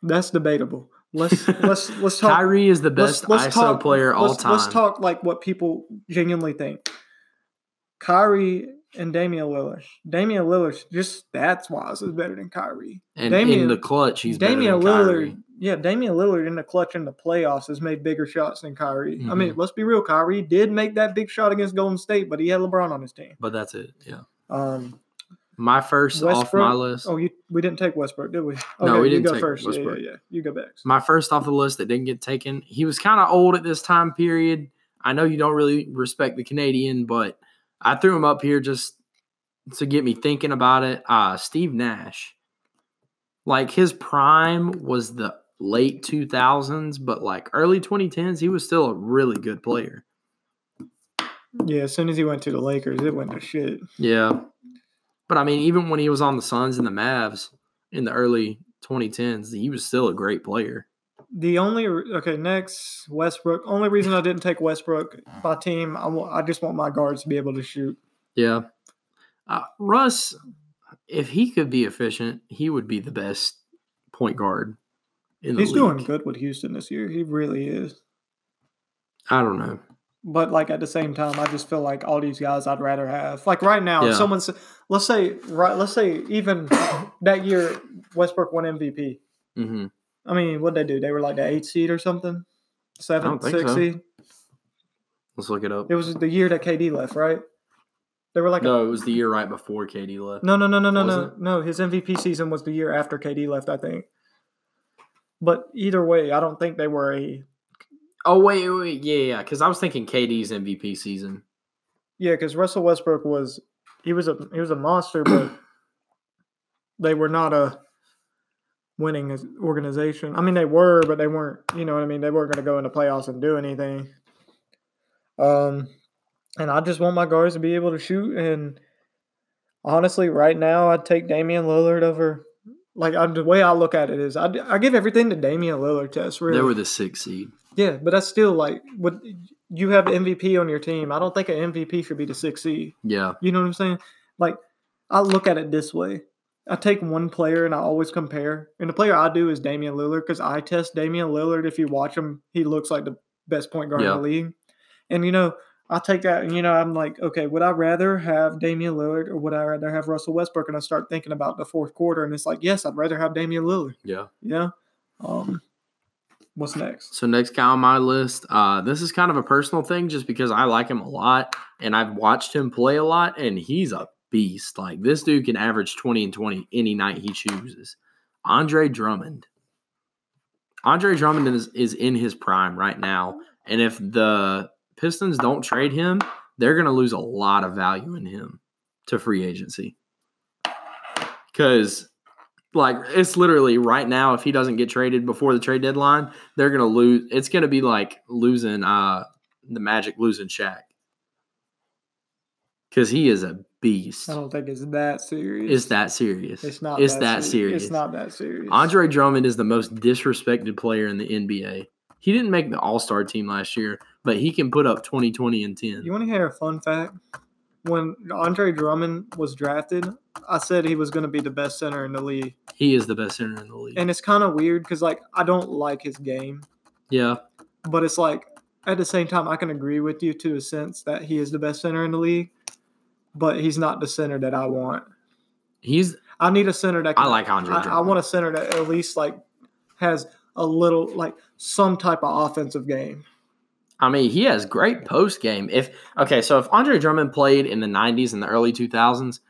[SPEAKER 1] that's debatable. Let's let's let's talk
[SPEAKER 2] Kyrie is the
[SPEAKER 1] let's-
[SPEAKER 2] best
[SPEAKER 1] let's
[SPEAKER 2] ISO
[SPEAKER 1] talk-
[SPEAKER 2] player all
[SPEAKER 1] let's,
[SPEAKER 2] time.
[SPEAKER 1] Let's talk like what people genuinely think. Kyrie and Damian Lillard. Damian Lillard just stats wise is better than Kyrie.
[SPEAKER 2] and in
[SPEAKER 1] Damian-
[SPEAKER 2] the clutch, he's
[SPEAKER 1] Damian
[SPEAKER 2] better than Kyrie.
[SPEAKER 1] Lillard, yeah, Damian Lillard in the clutch in the playoffs has made bigger shots than Kyrie. I mean,
[SPEAKER 2] Mhm.
[SPEAKER 1] let's be real, Kyrie did make that big shot against Golden State, but he had LeBron on his team.
[SPEAKER 2] But that's it. Yeah,
[SPEAKER 1] Um,
[SPEAKER 2] my first off my
[SPEAKER 1] Westbrook-
[SPEAKER 2] list.
[SPEAKER 1] oh, you we didn't take Westbrook, did we? Okay,
[SPEAKER 2] No, we didn't
[SPEAKER 1] you go
[SPEAKER 2] take
[SPEAKER 1] first. Yeah, yeah,
[SPEAKER 2] Westbrook.
[SPEAKER 1] yeah, you go back.
[SPEAKER 2] my first off the list that didn't get taken. He was kind of old at this time period. I know you don't really respect the Canadian, but I threw him up here just to get me thinking about it. Uh, Steve Nash. Like his prime was the late 2000s, but like early 2010s, he was still a really good player.
[SPEAKER 1] Yeah, as soon as he went to the Lakers, it went to shit.
[SPEAKER 2] Yeah. But I mean, even when he was on the Suns and the Mavs in the early 2010s, he was still a great player.
[SPEAKER 1] The only re- okay next Westbrook. Only reason I didn't take Westbrook, my team. I wa- I just want my guards to be able to shoot.
[SPEAKER 2] Yeah. Uh, Russ, if he could be efficient, he would be the best point guard in the
[SPEAKER 1] He's doing
[SPEAKER 2] league.
[SPEAKER 1] good with Houston this year. He really is.
[SPEAKER 2] I don't know.
[SPEAKER 1] But like at the same time, I just feel like all these guys I'd rather have. Like right now,
[SPEAKER 2] Yeah.
[SPEAKER 1] if someone's let's say right, let's say even that year Westbrook won MVP.
[SPEAKER 2] hmm
[SPEAKER 1] I mean, what would they do? They were like the eight seed or something, seven,
[SPEAKER 2] don't think
[SPEAKER 1] six
[SPEAKER 2] so.
[SPEAKER 1] seed.
[SPEAKER 2] Let's look it up.
[SPEAKER 1] It was the year that KD left, right? They were like
[SPEAKER 2] No, it was the year right before Katie left.
[SPEAKER 1] No, no, no, no, no, no,
[SPEAKER 2] Wasn't
[SPEAKER 1] no. His MVP season was the year after KD left, I think. But either way, I don't think they were a
[SPEAKER 2] Oh wait, wait, yeah, yeah. Because I was thinking KD's MVP season.
[SPEAKER 1] yeah, because Russell Westbrook was he was a he was a monster, but they were not a winning as- organization. I mean, they were, but they weren't. You know what I mean? They weren't going to go into playoffs and do anything. Um, and I just want my guards to be able to shoot. And honestly, right now, I'd take Damian Lillard over. Like I, the way I look at it is, I, I give everything to Damian Lillard test. Really,
[SPEAKER 2] They were the sixth seed.
[SPEAKER 1] yeah, but that's still like what you have MVP on your team. I don't think an MVP should be the six seed.
[SPEAKER 2] Yeah,
[SPEAKER 1] You know what I'm saying? Like, I look at it this way. I take one player and I always compare. And the player I do is Damian Lillard because I test Damian Lillard. If you watch him, he looks like the best point guard
[SPEAKER 2] Yeah.
[SPEAKER 1] in the league. And, you know, I take that and, you know, I'm like, okay, would I rather have Damian Lillard or would I rather have Russell Westbrook? And I start thinking about the fourth quarter and it's like, yes, I'd rather have Damian Lillard.
[SPEAKER 2] yeah.
[SPEAKER 1] You know? Um, what's next?
[SPEAKER 2] So next guy on my list, uh, this is kind of a personal thing, just because I like him a lot and I've watched him play a lot, and he's a beast. Like this dude can average twenty and twenty any night he chooses. Andre Drummond. Andre Drummond is is in his prime right now, and if the Pistons don't trade him, they're going to lose a lot of value in him to free agency. Because, like, it's literally right now. If he doesn't get traded before the trade deadline, they're going to lose. It's going to be like losing uh the Magic losing Shaq. Because he is a beast.
[SPEAKER 1] I don't think it's that serious.
[SPEAKER 2] It's that serious.
[SPEAKER 1] Oh, It's not.
[SPEAKER 2] It's
[SPEAKER 1] that,
[SPEAKER 2] that
[SPEAKER 1] se-
[SPEAKER 2] serious.
[SPEAKER 1] It's not that serious.
[SPEAKER 2] Andre Drummond is the most disrespected player in the NBA. He didn't make the All Star team last year, but he can put up 20, 20, and 10.
[SPEAKER 1] You want to hear a fun fact? When Andre Drummond was drafted, I said he was going to be the best center in the league,
[SPEAKER 2] He is the best center in the league.
[SPEAKER 1] and it's kind of weird because like I don't like his game,
[SPEAKER 2] yeah.
[SPEAKER 1] but it's like at the same time I can agree with you to a sense that he is the best center in the league, but he's not the center that I want.
[SPEAKER 2] He's
[SPEAKER 1] I need a center that can,
[SPEAKER 2] I like Andre
[SPEAKER 1] I,
[SPEAKER 2] Drummond.
[SPEAKER 1] I want a center that at least like has a little like some type of offensive game.
[SPEAKER 2] I mean, he has great post game. If okay, so if Andre Drummond played in the 90s and the early 2000s,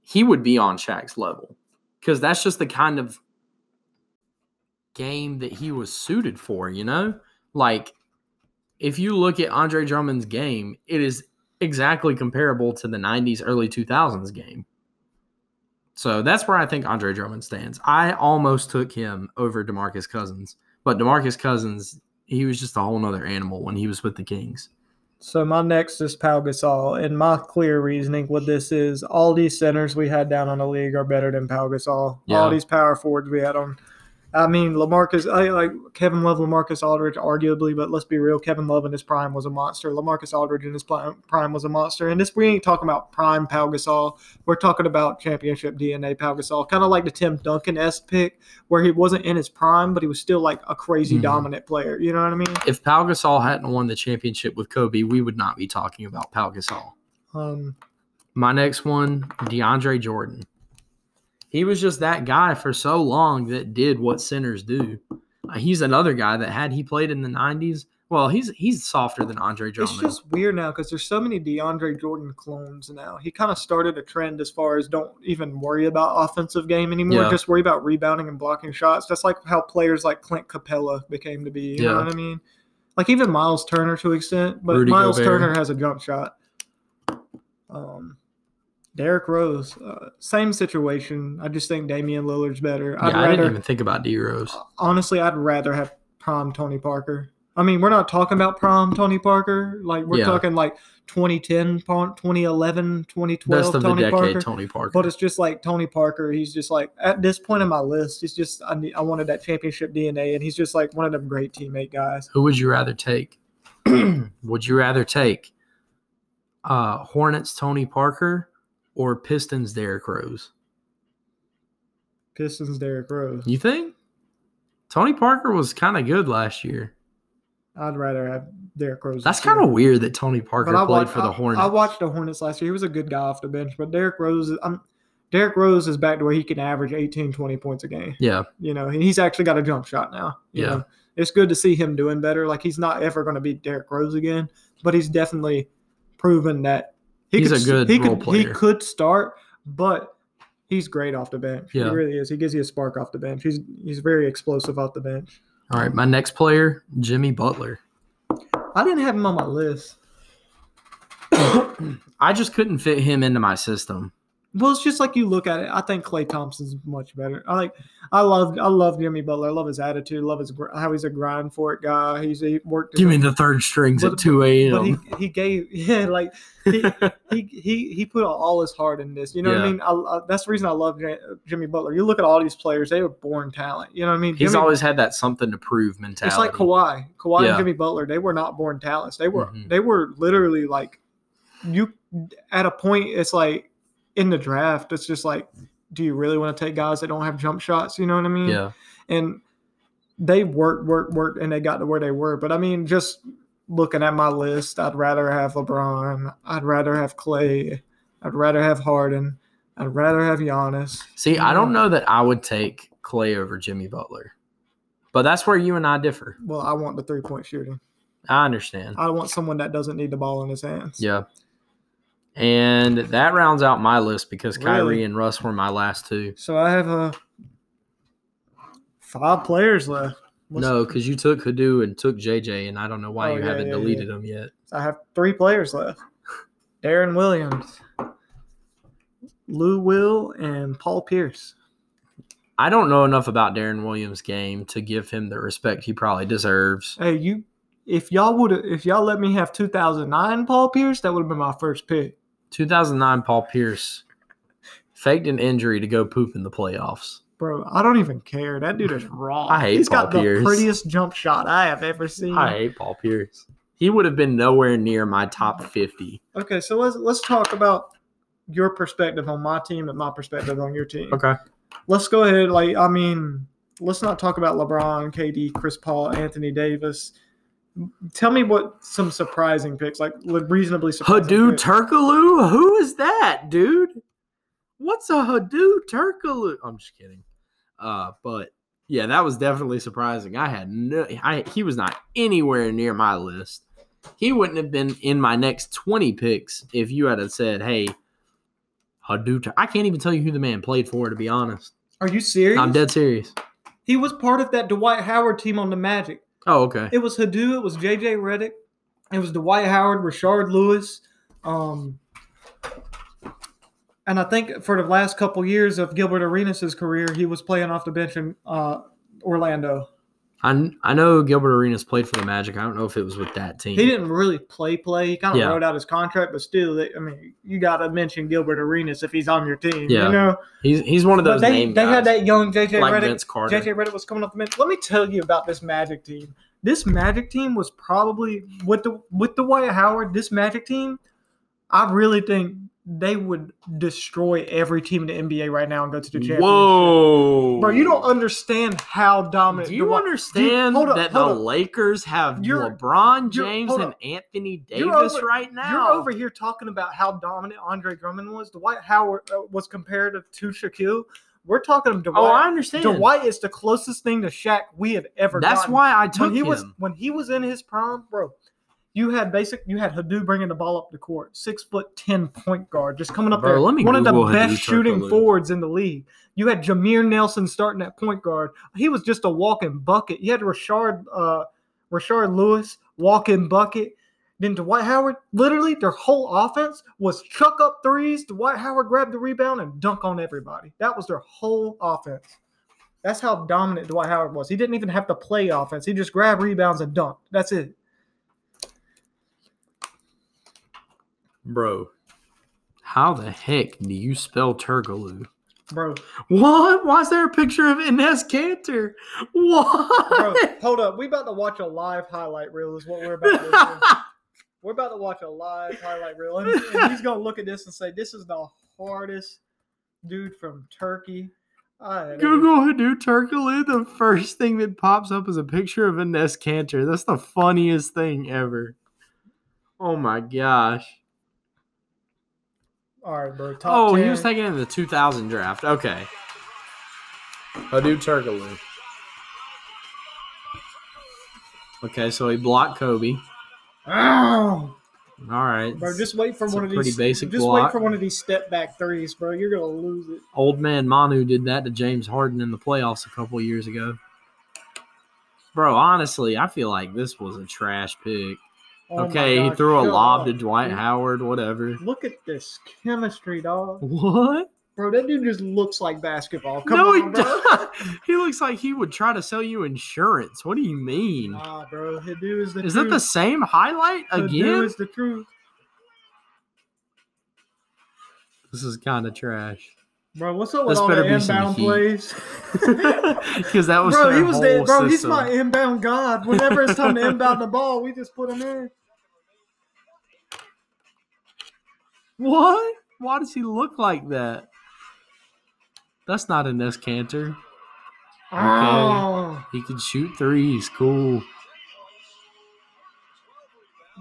[SPEAKER 2] he would be on Shaq's level because that's just the kind of game that he was suited for. You know, like if you look at Andre Drummond's game, it is exactly comparable to the 90s, early 2000s game. So that's where I think Andre Drummond stands. I almost took him over DeMarcus Cousins, but DeMarcus Cousins he was just a whole nother animal when he was with the Kings.
[SPEAKER 1] So my next is Pau Gasol, and my clear reasoning with this is all these centers we had down on the league are better than Pau Gasol.
[SPEAKER 2] Yeah.
[SPEAKER 1] All these power forwards we had on. I mean, Lamarcus, I like Kevin Love, Lamarcus Aldridge, arguably, but let's be real. Kevin Love in his prime was a monster. Lamarcus Aldridge in his prime, prime was a monster. And this, we ain't talking about prime Pau Gasol. We're talking about championship DNA Pau Gasol, kind of like the Tim Duncan s pick, where he wasn't in his prime, but he was still like a crazy
[SPEAKER 2] Mhm.
[SPEAKER 1] dominant player. You know what I mean?
[SPEAKER 2] If Pau Gasol hadn't won the championship with Kobe, we would not be talking about Pau Gasol.
[SPEAKER 1] Um,
[SPEAKER 2] My next one, DeAndre Jordan. He was just that guy for so long that did what centers do. Uh, He's another guy that had he played in the '90s, well, he's he's softer than Andre Drummond.
[SPEAKER 1] It's just weird now because there's so many DeAndre Jordan clones now. He kind of started a trend as far as don't even worry about offensive game anymore.
[SPEAKER 2] Yeah.
[SPEAKER 1] Just worry about rebounding and blocking shots. That's like how players like Clint Capella became to be. You know
[SPEAKER 2] Yeah.
[SPEAKER 1] what I mean? Like even Miles Turner to an extent, but
[SPEAKER 2] Rudy
[SPEAKER 1] Miles
[SPEAKER 2] Gobert.
[SPEAKER 1] Turner has a jump shot. Um, Derrick Rose, uh, same situation. I just think Damian Lillard's better.
[SPEAKER 2] yeah,
[SPEAKER 1] I'd
[SPEAKER 2] I didn't
[SPEAKER 1] rather
[SPEAKER 2] even think about D Rose.
[SPEAKER 1] honestly, I'd rather have prom Tony Parker. I mean, we're not talking about prom Tony Parker. Like, we're
[SPEAKER 2] Yeah.
[SPEAKER 1] talking like 2010, pa- 2011, 2012
[SPEAKER 2] Best of
[SPEAKER 1] Tony
[SPEAKER 2] the decade,
[SPEAKER 1] Parker.
[SPEAKER 2] Tony Parker.
[SPEAKER 1] But it's just like Tony Parker. He's just like, at this point in my list, he's just, I, need, I wanted that championship DNA, and he's just like one of them great teammate guys.
[SPEAKER 2] Who would you rather take? would you rather take uh, Hornets Tony Parker or Pistons Derrick Rose?
[SPEAKER 1] Pistons, Derrick Rose.
[SPEAKER 2] You think? Tony Parker was kind of good last year.
[SPEAKER 1] I'd rather have Derrick Rose.
[SPEAKER 2] That's
[SPEAKER 1] this year.
[SPEAKER 2] kind of weird that Tony Parker
[SPEAKER 1] But I
[SPEAKER 2] played
[SPEAKER 1] watched-
[SPEAKER 2] for the Hornets.
[SPEAKER 1] I watched the Hornets last year. He was a good guy off the bench, but Derrick Rose, I'm, Derrick Rose is back to where he can average 18, 20 points a game.
[SPEAKER 2] yeah,
[SPEAKER 1] You know, and he's actually got a jump shot now. you
[SPEAKER 2] Yeah.
[SPEAKER 1] know. it's good to see him doing better. Like he's not ever going to be Derrick Rose again, but he's definitely proven that
[SPEAKER 2] He's a
[SPEAKER 1] s-
[SPEAKER 2] good
[SPEAKER 1] he
[SPEAKER 2] role
[SPEAKER 1] could, He
[SPEAKER 2] player.
[SPEAKER 1] could start, but he's great off the bench.
[SPEAKER 2] Yeah.
[SPEAKER 1] He really is. He gives you a spark off the bench. He's he's very explosive off the bench.
[SPEAKER 2] All right, my next player, Jimmy Butler.
[SPEAKER 1] I didn't have him on my list.
[SPEAKER 2] I just couldn't fit him into my system.
[SPEAKER 1] Well, it's just like you look at it. I think Clay Thompson's much better. I like, I love, I love Jimmy Butler. I love his attitude. Love his gr- how he's a grind for it guy. He's he worked. his-
[SPEAKER 2] Give me the third strings
[SPEAKER 1] But-
[SPEAKER 2] at 2
[SPEAKER 1] but
[SPEAKER 2] a.m.
[SPEAKER 1] he, he gave yeah like he, he he he put all his heart in this. You know what I
[SPEAKER 2] Yeah.
[SPEAKER 1] mean? I, I, that's the reason I love J- Jimmy Butler. You look at all these players; they were born talent. You know what I mean?
[SPEAKER 2] He's
[SPEAKER 1] Jimmy-
[SPEAKER 2] always had that something to prove mentality.
[SPEAKER 1] it's like Kawhi, Kawhi and
[SPEAKER 2] Yeah.
[SPEAKER 1] Jimmy Butler. They were not born talents. They were
[SPEAKER 2] Mhm.
[SPEAKER 1] they were literally like you at a point. It's like in the draft. It's just like, do you really want to take guys that don't have jump shots? You know what I mean?
[SPEAKER 2] Yeah,
[SPEAKER 1] And they worked, worked, worked, and they got to where they were. But I mean, just looking at my list, I'd rather have LeBron. I'd rather have Clay. I'd rather have Harden. I'd rather have Giannis.
[SPEAKER 2] See, I don't know that I would take Clay over Jimmy Butler, but that's where you and I differ.
[SPEAKER 1] Well, I want the three point shooting.
[SPEAKER 2] I understand.
[SPEAKER 1] I want someone that doesn't need the ball in his hands.
[SPEAKER 2] Yeah. And that rounds out my list because Kyrie
[SPEAKER 1] Really?
[SPEAKER 2] and Russ were my last two.
[SPEAKER 1] So I have uh, five players left.
[SPEAKER 2] No, 'cause
[SPEAKER 1] What's-
[SPEAKER 2] no, because you took Hadou and took JJ, and I don't know why
[SPEAKER 1] Oh,
[SPEAKER 2] you
[SPEAKER 1] yeah,
[SPEAKER 2] haven't
[SPEAKER 1] yeah, yeah.
[SPEAKER 2] deleted them yet.
[SPEAKER 1] I have three players left Darren Williams, Lou Will, and Paul Pierce.
[SPEAKER 2] I don't know enough about Darren Williams' game to give him the respect he probably deserves.
[SPEAKER 1] Hey, you. If y'all would have, if y'all let me have 2009 Paul Pierce, that would have been my first pick.
[SPEAKER 2] 2009 Paul Pierce faked an injury to go poop in the playoffs.
[SPEAKER 1] Bro, I don't even care. That dude is raw.
[SPEAKER 2] I hate
[SPEAKER 1] He's got
[SPEAKER 2] Paul Pierce.
[SPEAKER 1] the prettiest jump shot I have ever seen.
[SPEAKER 2] I hate Paul Pierce. He would have been nowhere near my top 50.
[SPEAKER 1] Okay, so let's let's talk about your perspective on my team and my perspective on your team.
[SPEAKER 2] Okay.
[SPEAKER 1] let's go ahead. Like, I mean, let's not talk about LeBron, KD, Chris Paul, Anthony Davis. Tell me what some surprising picks, like le- reasonably surprising.
[SPEAKER 2] Hadou
[SPEAKER 1] picks.
[SPEAKER 2] Turkaloo? Who is that, dude? What's a Hadou Turkaloo? I'm just kidding. Uh, but yeah, that was definitely surprising. I had no, I he was not anywhere near my list. He wouldn't have been in my next 20 picks if you had have said, "Hey, Hadou." Tur- I can't even tell you who the man played for. To be honest,
[SPEAKER 1] Are you serious?
[SPEAKER 2] I'm dead serious.
[SPEAKER 1] He was part of that Dwight Howard team on the Magic.
[SPEAKER 2] Oh, okay.
[SPEAKER 1] It was Hadou. It was JJ Redick. It was Dwight Howard, Rashard Lewis. Um, and I think for the last couple years of Gilbert Arenas' career, he was playing off the bench in uh, Orlando.
[SPEAKER 2] I I know Gilbert Arenas played for the Magic. I don't know if it was with that team.
[SPEAKER 1] He didn't really play play. He kind of
[SPEAKER 2] Mm-hmm. Yeah.
[SPEAKER 1] wrote out his contract, but still, they- I mean, you got to mention Gilbert Arenas if he's on your team.
[SPEAKER 2] Yeah.
[SPEAKER 1] You know,
[SPEAKER 2] He's he's one of
[SPEAKER 1] but
[SPEAKER 2] those
[SPEAKER 1] they,
[SPEAKER 2] name
[SPEAKER 1] they had
[SPEAKER 2] guys,
[SPEAKER 1] that young JJ
[SPEAKER 2] like
[SPEAKER 1] Redick.
[SPEAKER 2] Vince Carter.
[SPEAKER 1] JJ Redick was coming off the bench. Let me tell you about this Magic team. This Magic team was probably with the with the White Howard. This Magic team, I really think they would destroy every team in the NBA right now and go to the championship.
[SPEAKER 2] Whoa,
[SPEAKER 1] Bro, you don't understand how dominant.
[SPEAKER 2] Do you
[SPEAKER 1] Dwight- Dude,
[SPEAKER 2] understand
[SPEAKER 1] hold up,
[SPEAKER 2] that
[SPEAKER 1] hold
[SPEAKER 2] the
[SPEAKER 1] up.
[SPEAKER 2] Lakers have
[SPEAKER 1] You're-
[SPEAKER 2] LeBron
[SPEAKER 1] you're-
[SPEAKER 2] James
[SPEAKER 1] hold
[SPEAKER 2] and
[SPEAKER 1] up.
[SPEAKER 2] Anthony
[SPEAKER 1] You're
[SPEAKER 2] Davis
[SPEAKER 1] over-
[SPEAKER 2] right now?
[SPEAKER 1] You're over here talking about how dominant Andre Drummond was. Dwight Howard uh, was comparative to Shaquille. We're talking of Dwight.
[SPEAKER 2] oh, I understand.
[SPEAKER 1] Dwight is the closest thing to Shaq we have ever.
[SPEAKER 2] That's
[SPEAKER 1] gotten.
[SPEAKER 2] why I took
[SPEAKER 1] when he
[SPEAKER 2] him.
[SPEAKER 1] was when he was in his prime, bro. You had basic. You had Hadou bringing the ball up the court, six foot ten point guard, just coming up
[SPEAKER 2] Bro,
[SPEAKER 1] there.
[SPEAKER 2] let me
[SPEAKER 1] one
[SPEAKER 2] Google
[SPEAKER 1] of the
[SPEAKER 2] Hadou
[SPEAKER 1] best shooting
[SPEAKER 2] Turkoglu.
[SPEAKER 1] forwards in the league. You had Jameer Nelson starting at point guard. He was just a walking bucket. You had Rashard, uh, Rashard Lewis walking bucket. Then Dwight Howard, literally their whole offense was chuck up threes. Dwight Howard grabbed the rebound and dunk on everybody. That was their whole offense. That's how dominant Dwight Howard was. He didn't even have to play offense. He just grabbed rebounds and dunked. That's it.
[SPEAKER 2] Bro, how the heck do you spell Turgaloo?
[SPEAKER 1] Bro,
[SPEAKER 2] What? Why is there a picture of Ines Cantor? What?
[SPEAKER 1] bro, hold up. We about to watch a live highlight reel is what we're about to do. We're about to watch a live highlight reel. And, and he's gonna look at this and say, This is the hardest dude from Turkey I ain't even-
[SPEAKER 2] Google Hadoop Turkoglu. The first thing that pops up is a picture of Ines Cantor. That's the funniest thing ever. Oh my gosh.
[SPEAKER 1] All right, bro. Top
[SPEAKER 2] Oh, he
[SPEAKER 1] 10.
[SPEAKER 2] was taken in the 2000 draft. Okay. Hadoop Turkoglu. Okay, so he blocked Kobe.
[SPEAKER 1] Ow!
[SPEAKER 2] All right.
[SPEAKER 1] Bro, just wait for
[SPEAKER 2] It's a
[SPEAKER 1] one of
[SPEAKER 2] pretty
[SPEAKER 1] these.
[SPEAKER 2] basic
[SPEAKER 1] just wait
[SPEAKER 2] block.
[SPEAKER 1] for one of these step back threes, bro. You're gonna lose it.
[SPEAKER 2] Old man Manu did that to James Harden in the playoffs a couple years ago. Bro, honestly, I feel like this was a trash pick.
[SPEAKER 1] Oh my
[SPEAKER 2] okay, he
[SPEAKER 1] God,
[SPEAKER 2] threw a
[SPEAKER 1] shut
[SPEAKER 2] lob
[SPEAKER 1] up.
[SPEAKER 2] to Dwight
[SPEAKER 1] Dude,
[SPEAKER 2] Howard, whatever.
[SPEAKER 1] Look at this chemistry, dog.
[SPEAKER 2] What?
[SPEAKER 1] Bro, that dude just looks like basketball. Come
[SPEAKER 2] no,
[SPEAKER 1] on,
[SPEAKER 2] he
[SPEAKER 1] bro.
[SPEAKER 2] does. He looks like he would try to sell you insurance. What do you mean?
[SPEAKER 1] Nah, bro. Hadu is the
[SPEAKER 2] Is that
[SPEAKER 1] truth.
[SPEAKER 2] the same highlight
[SPEAKER 1] Hadu
[SPEAKER 2] again?
[SPEAKER 1] is the truth,
[SPEAKER 2] This is kind of trash.
[SPEAKER 1] bro. What's up with
[SPEAKER 2] This
[SPEAKER 1] all
[SPEAKER 2] better
[SPEAKER 1] the
[SPEAKER 2] be some
[SPEAKER 1] inbound
[SPEAKER 2] heat.
[SPEAKER 1] plays?
[SPEAKER 2] Because that was
[SPEAKER 1] bro,
[SPEAKER 2] their
[SPEAKER 1] he was
[SPEAKER 2] whole
[SPEAKER 1] there. Bro, he's
[SPEAKER 2] system.
[SPEAKER 1] my inbound god. Whenever it's time to inbound the ball, we just put him in.
[SPEAKER 2] What? Why does he look like that? That's not an S canter.
[SPEAKER 1] Oh,
[SPEAKER 2] He can shoot threes. Cool.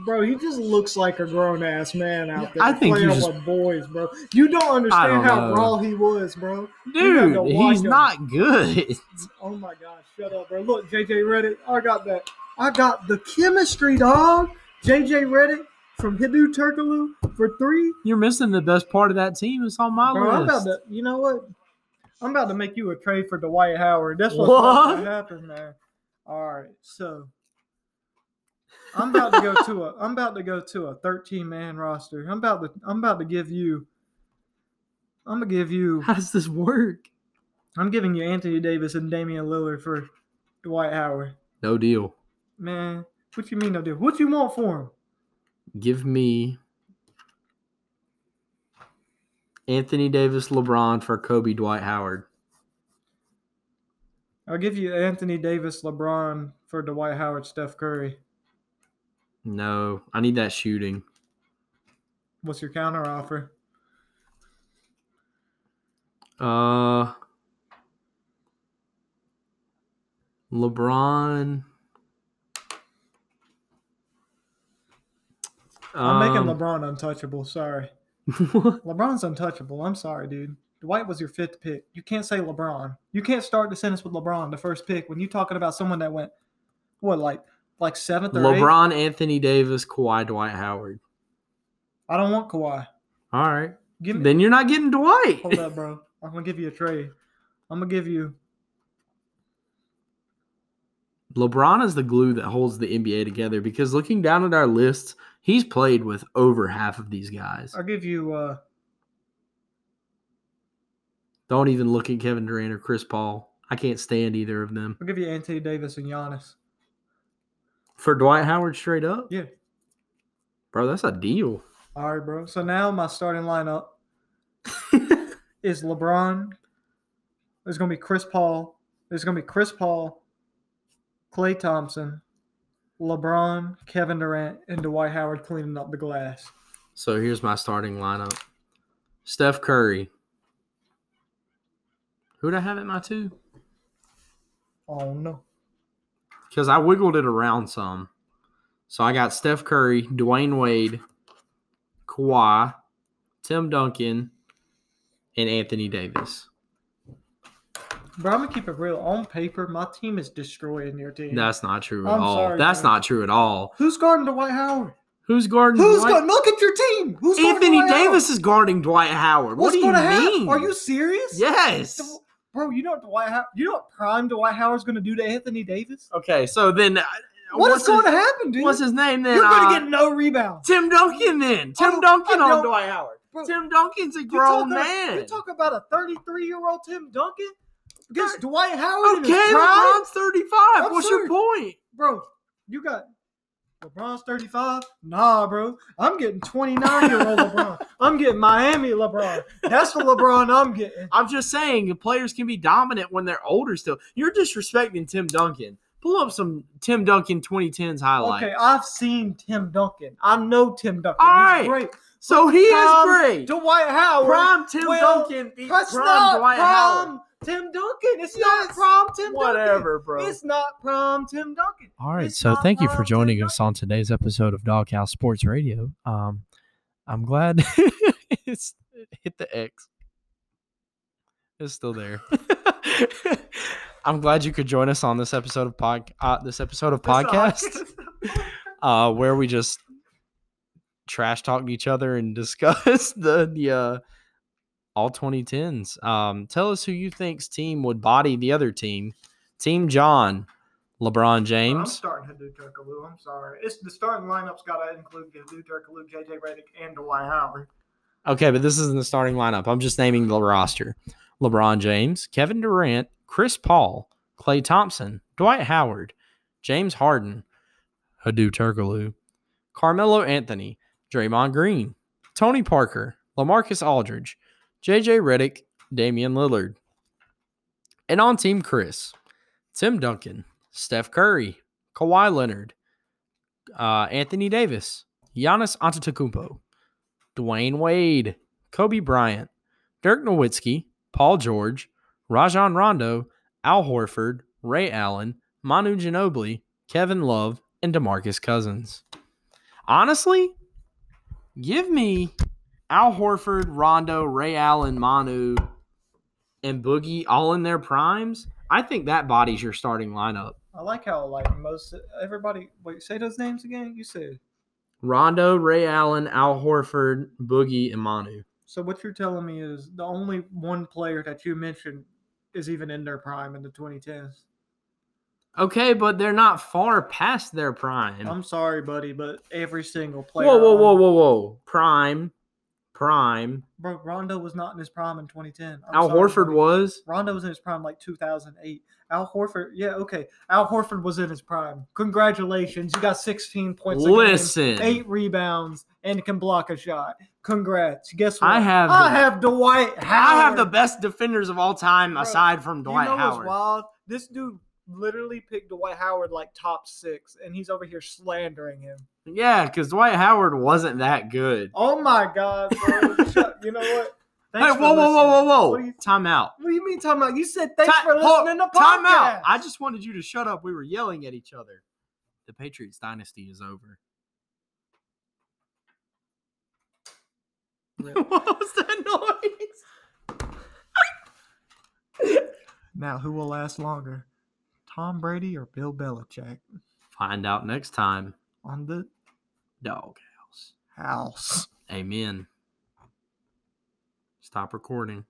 [SPEAKER 1] bro, he just looks like a grown ass man out there.
[SPEAKER 2] I think you
[SPEAKER 1] playing
[SPEAKER 2] just-
[SPEAKER 1] with boys, bro. You don't understand
[SPEAKER 2] don't
[SPEAKER 1] how
[SPEAKER 2] know.
[SPEAKER 1] raw he was, bro. gotta
[SPEAKER 2] Dude,
[SPEAKER 1] go watch
[SPEAKER 2] he's
[SPEAKER 1] him.
[SPEAKER 2] not good.
[SPEAKER 1] Oh my God, shut up, bro. Look, JJ Reddit, I got that. I got the chemistry, dog. JJ Reddit from Hidu Turkoglu for three.
[SPEAKER 2] You're missing the best part of that team. It's on my
[SPEAKER 1] Bro, I'm about
[SPEAKER 2] list.
[SPEAKER 1] to, you know what? I'm about to make you a trade for Dwight Howard. That's what's
[SPEAKER 2] What?
[SPEAKER 1] going to happen, man. All right, so I'm about to go to a I'm about to go to a 13 man roster. I'm about to I'm about to give you I'm gonna give you
[SPEAKER 2] How does this work?
[SPEAKER 1] I'm giving you Anthony Davis and Damian Lillard for Dwight Howard.
[SPEAKER 2] No deal.
[SPEAKER 1] Man, what you mean no deal? What you want for him?
[SPEAKER 2] Give me Anthony Davis, LeBron for Kobe Dwight Howard.
[SPEAKER 1] I'll give you Anthony Davis, LeBron for Dwight Howard, Steph Curry.
[SPEAKER 2] No, I need that shooting.
[SPEAKER 1] What's your counter offer?
[SPEAKER 2] Uh, LeBron.
[SPEAKER 1] I'm making
[SPEAKER 2] Um,
[SPEAKER 1] LeBron untouchable. Sorry. LeBron's untouchable. I'm sorry, dude. Dwight was your fifth pick. You can't say LeBron. You can't start the sentence with LeBron, the first pick, when you're talking about someone that went, what, like, like seventh or eighth?
[SPEAKER 2] LeBron, Anthony Davis, Kawhi, Dwight Howard.
[SPEAKER 1] I don't want Kawhi.
[SPEAKER 2] All right,
[SPEAKER 1] Give me. Oh,
[SPEAKER 2] then you're not getting Dwight.
[SPEAKER 1] Hold up, bro. I'm gonna give you a trade. I'm gonna give you.
[SPEAKER 2] LeBron is the glue that holds the NBA together because looking down at our lists, he's played with over half of these guys.
[SPEAKER 1] I'll give you. uh
[SPEAKER 2] Don't even look at Kevin Durant or Chris Paul. I can't stand either of them.
[SPEAKER 1] I'll give you Anthony Davis and Giannis.
[SPEAKER 2] For Dwight Howard, straight up,
[SPEAKER 1] Yeah.
[SPEAKER 2] bro, that's a deal.
[SPEAKER 1] All right, bro. So now my starting lineup is LeBron. There's gonna be Chris Paul. There's gonna be Chris Paul, Clay Thompson, LeBron, Kevin Durant, and Dwight Howard cleaning up the glass.
[SPEAKER 2] So here's my starting lineup: Steph Curry. Who'd I have at my two?
[SPEAKER 1] Oh no.
[SPEAKER 2] Because I wiggled it around some. So I got Steph Curry, Dwayne Wade, Kawhi, Tim Duncan, and Anthony Davis.
[SPEAKER 1] Bro, I'm gonna keep it real. On paper, my team is destroying your team.
[SPEAKER 2] That's not true at
[SPEAKER 1] I'm
[SPEAKER 2] all.
[SPEAKER 1] sorry,
[SPEAKER 2] That's
[SPEAKER 1] bro.
[SPEAKER 2] not true at all.
[SPEAKER 1] Who's guarding Dwight Howard?
[SPEAKER 2] Who's guarding
[SPEAKER 1] Who's
[SPEAKER 2] Dwight?
[SPEAKER 1] going? Look at your team. Who's guarding
[SPEAKER 2] Anthony
[SPEAKER 1] Dwight Howard?
[SPEAKER 2] Davis is guarding Dwight Howard.
[SPEAKER 1] What's
[SPEAKER 2] what do you
[SPEAKER 1] gonna happen?
[SPEAKER 2] mean?
[SPEAKER 1] Are you serious?
[SPEAKER 2] Yes.
[SPEAKER 1] Bro, you know what Dwight Howard, you know what prime Dwight Howard's gonna do to Anthony Davis?
[SPEAKER 2] Okay, so then uh,
[SPEAKER 1] What is
[SPEAKER 2] what's his-
[SPEAKER 1] going to happen, dude?
[SPEAKER 2] What's his name then?
[SPEAKER 1] You're
[SPEAKER 2] Uh,
[SPEAKER 1] gonna get no rebounds.
[SPEAKER 2] Tim Duncan then. Tim
[SPEAKER 1] I
[SPEAKER 2] Duncan
[SPEAKER 1] don't-
[SPEAKER 2] on Dwight Howard.
[SPEAKER 1] Bro,
[SPEAKER 2] Tim Duncan's a
[SPEAKER 1] you
[SPEAKER 2] grown
[SPEAKER 1] talking-
[SPEAKER 2] man.
[SPEAKER 1] You talk about a 33 year old Tim Duncan against
[SPEAKER 2] Right.
[SPEAKER 1] Dwight Howard in
[SPEAKER 2] okay,
[SPEAKER 1] his prime,
[SPEAKER 2] LeBron's 35.
[SPEAKER 1] I'm
[SPEAKER 2] What's your point?
[SPEAKER 1] bro. You got LeBron's 35. Nah, bro. I'm getting 29 year old LeBron. I'm getting Miami LeBron. That's the LeBron I'm getting.
[SPEAKER 2] I'm just saying players can be dominant when they're older still. You're disrespecting Tim Duncan. Pull up some Tim Duncan 2010s highlight.
[SPEAKER 1] Okay, I've seen Tim Duncan. I know Tim Duncan.
[SPEAKER 2] All
[SPEAKER 1] He's
[SPEAKER 2] right.
[SPEAKER 1] great.
[SPEAKER 2] So he
[SPEAKER 1] Prime
[SPEAKER 2] is great.
[SPEAKER 1] Dwight Howard.
[SPEAKER 2] Prime Tim
[SPEAKER 1] Well,
[SPEAKER 2] Duncan beat
[SPEAKER 1] Press
[SPEAKER 2] prime
[SPEAKER 1] stop,
[SPEAKER 2] Dwight
[SPEAKER 1] prime
[SPEAKER 2] Howard.
[SPEAKER 1] Tim Duncan. It's
[SPEAKER 3] Yes.
[SPEAKER 1] not prom Tim Duncan.
[SPEAKER 3] Whatever, bro.
[SPEAKER 1] It's not prom Tim Duncan.
[SPEAKER 2] All right.
[SPEAKER 1] It's
[SPEAKER 2] So
[SPEAKER 1] not
[SPEAKER 2] thank you for
[SPEAKER 1] wrong to
[SPEAKER 2] joining
[SPEAKER 1] know.
[SPEAKER 2] us on today's episode of Doghouse Sports Radio. Um, I'm glad it's hit the X. It's still there. I'm glad you could join us on this episode of pod uh, this episode of podcast uh, where we just trash talked each other and discussed the the uh, all 2010s. Um, tell us who you think's team would body the other team. Team John, LeBron
[SPEAKER 1] I'm
[SPEAKER 2] James.
[SPEAKER 1] starting Hadou Turkoglu. I'm sorry. It's the starting lineup's got to include Hadou Turkoglu, JJ Redick, and Dwight Howard.
[SPEAKER 2] Okay, but this isn't the starting lineup. I'm just naming the roster. LeBron James, Kevin Durant, Chris Paul, Clay Thompson, Dwight Howard, James Harden, Hadou Turkoglu, Carmelo Anthony, Draymond Green, Tony Parker, LaMarcus Aldridge, JJ Redick, Damian Lillard. And on Team Chris, Tim Duncan, Steph Curry, Kawhi Leonard, uh, Anthony Davis, Giannis Antetokounmpo, Dwayne Wade, Kobe Bryant, Dirk Nowitzki, Paul George, Rajon Rondo, Al Horford, Ray Allen, Manu Ginobili, Kevin Love, and DeMarcus Cousins. Honestly, give me Al Horford, Rondo, Ray Allen, Manu, and Boogie all in their primes. I think that body's your starting lineup.
[SPEAKER 1] I like how like most everybody. Wait, say those names again. You said.
[SPEAKER 2] Rondo, Ray Allen, Al Horford, Boogie, and Manu.
[SPEAKER 1] So what you're telling me is the only one player that you mentioned is even in their prime in the 2010s.
[SPEAKER 2] Okay, but they're not far past their prime.
[SPEAKER 1] I'm sorry, buddy, but every single player.
[SPEAKER 2] whoa, whoa,
[SPEAKER 1] on-
[SPEAKER 2] whoa, whoa, whoa. Prime. Prime.
[SPEAKER 1] Bro, Rondo was not in his prime in 2010. I'm
[SPEAKER 2] Al
[SPEAKER 1] sorry,
[SPEAKER 2] Horford
[SPEAKER 1] buddy.
[SPEAKER 2] was.
[SPEAKER 1] Rondo was in his prime like 2008. Al Horford, yeah, okay. Al Horford was in his prime. Congratulations, you got 16 points. a game,
[SPEAKER 2] Listen.
[SPEAKER 1] eight rebounds, and can block a shot. Congrats. Guess what?
[SPEAKER 2] I have
[SPEAKER 1] I
[SPEAKER 2] the-
[SPEAKER 1] have Dwight.
[SPEAKER 2] I have the
[SPEAKER 1] Howard.
[SPEAKER 2] best defenders of all time
[SPEAKER 1] Bro,
[SPEAKER 2] aside from Dwight
[SPEAKER 1] you know what's
[SPEAKER 2] Howard.
[SPEAKER 1] wild? This dude literally picked Dwight Howard like top six, and he's over here slandering him.
[SPEAKER 2] Yeah, because Dwight Howard wasn't that good.
[SPEAKER 1] Oh my god, bro. Shut- you know what?
[SPEAKER 2] Hey,
[SPEAKER 1] Thanks
[SPEAKER 2] whoa,
[SPEAKER 1] for
[SPEAKER 2] whoa, whoa, whoa,
[SPEAKER 1] listening.
[SPEAKER 2] whoa,
[SPEAKER 1] What do you,
[SPEAKER 2] Time out.
[SPEAKER 1] what do you mean time out? You said thanks
[SPEAKER 2] Ti-
[SPEAKER 1] for
[SPEAKER 2] hold-
[SPEAKER 1] listening to podcast.
[SPEAKER 2] Time out. I just wanted you to shut up. We were yelling at each other. The Patriots dynasty is over.
[SPEAKER 1] Rip.
[SPEAKER 2] what was that noise?
[SPEAKER 1] Now, who will last longer, Tom Brady or Bill Belichick
[SPEAKER 2] Find out next time,
[SPEAKER 1] on the
[SPEAKER 2] doghouse.
[SPEAKER 1] house?
[SPEAKER 2] Amen. Stop recording.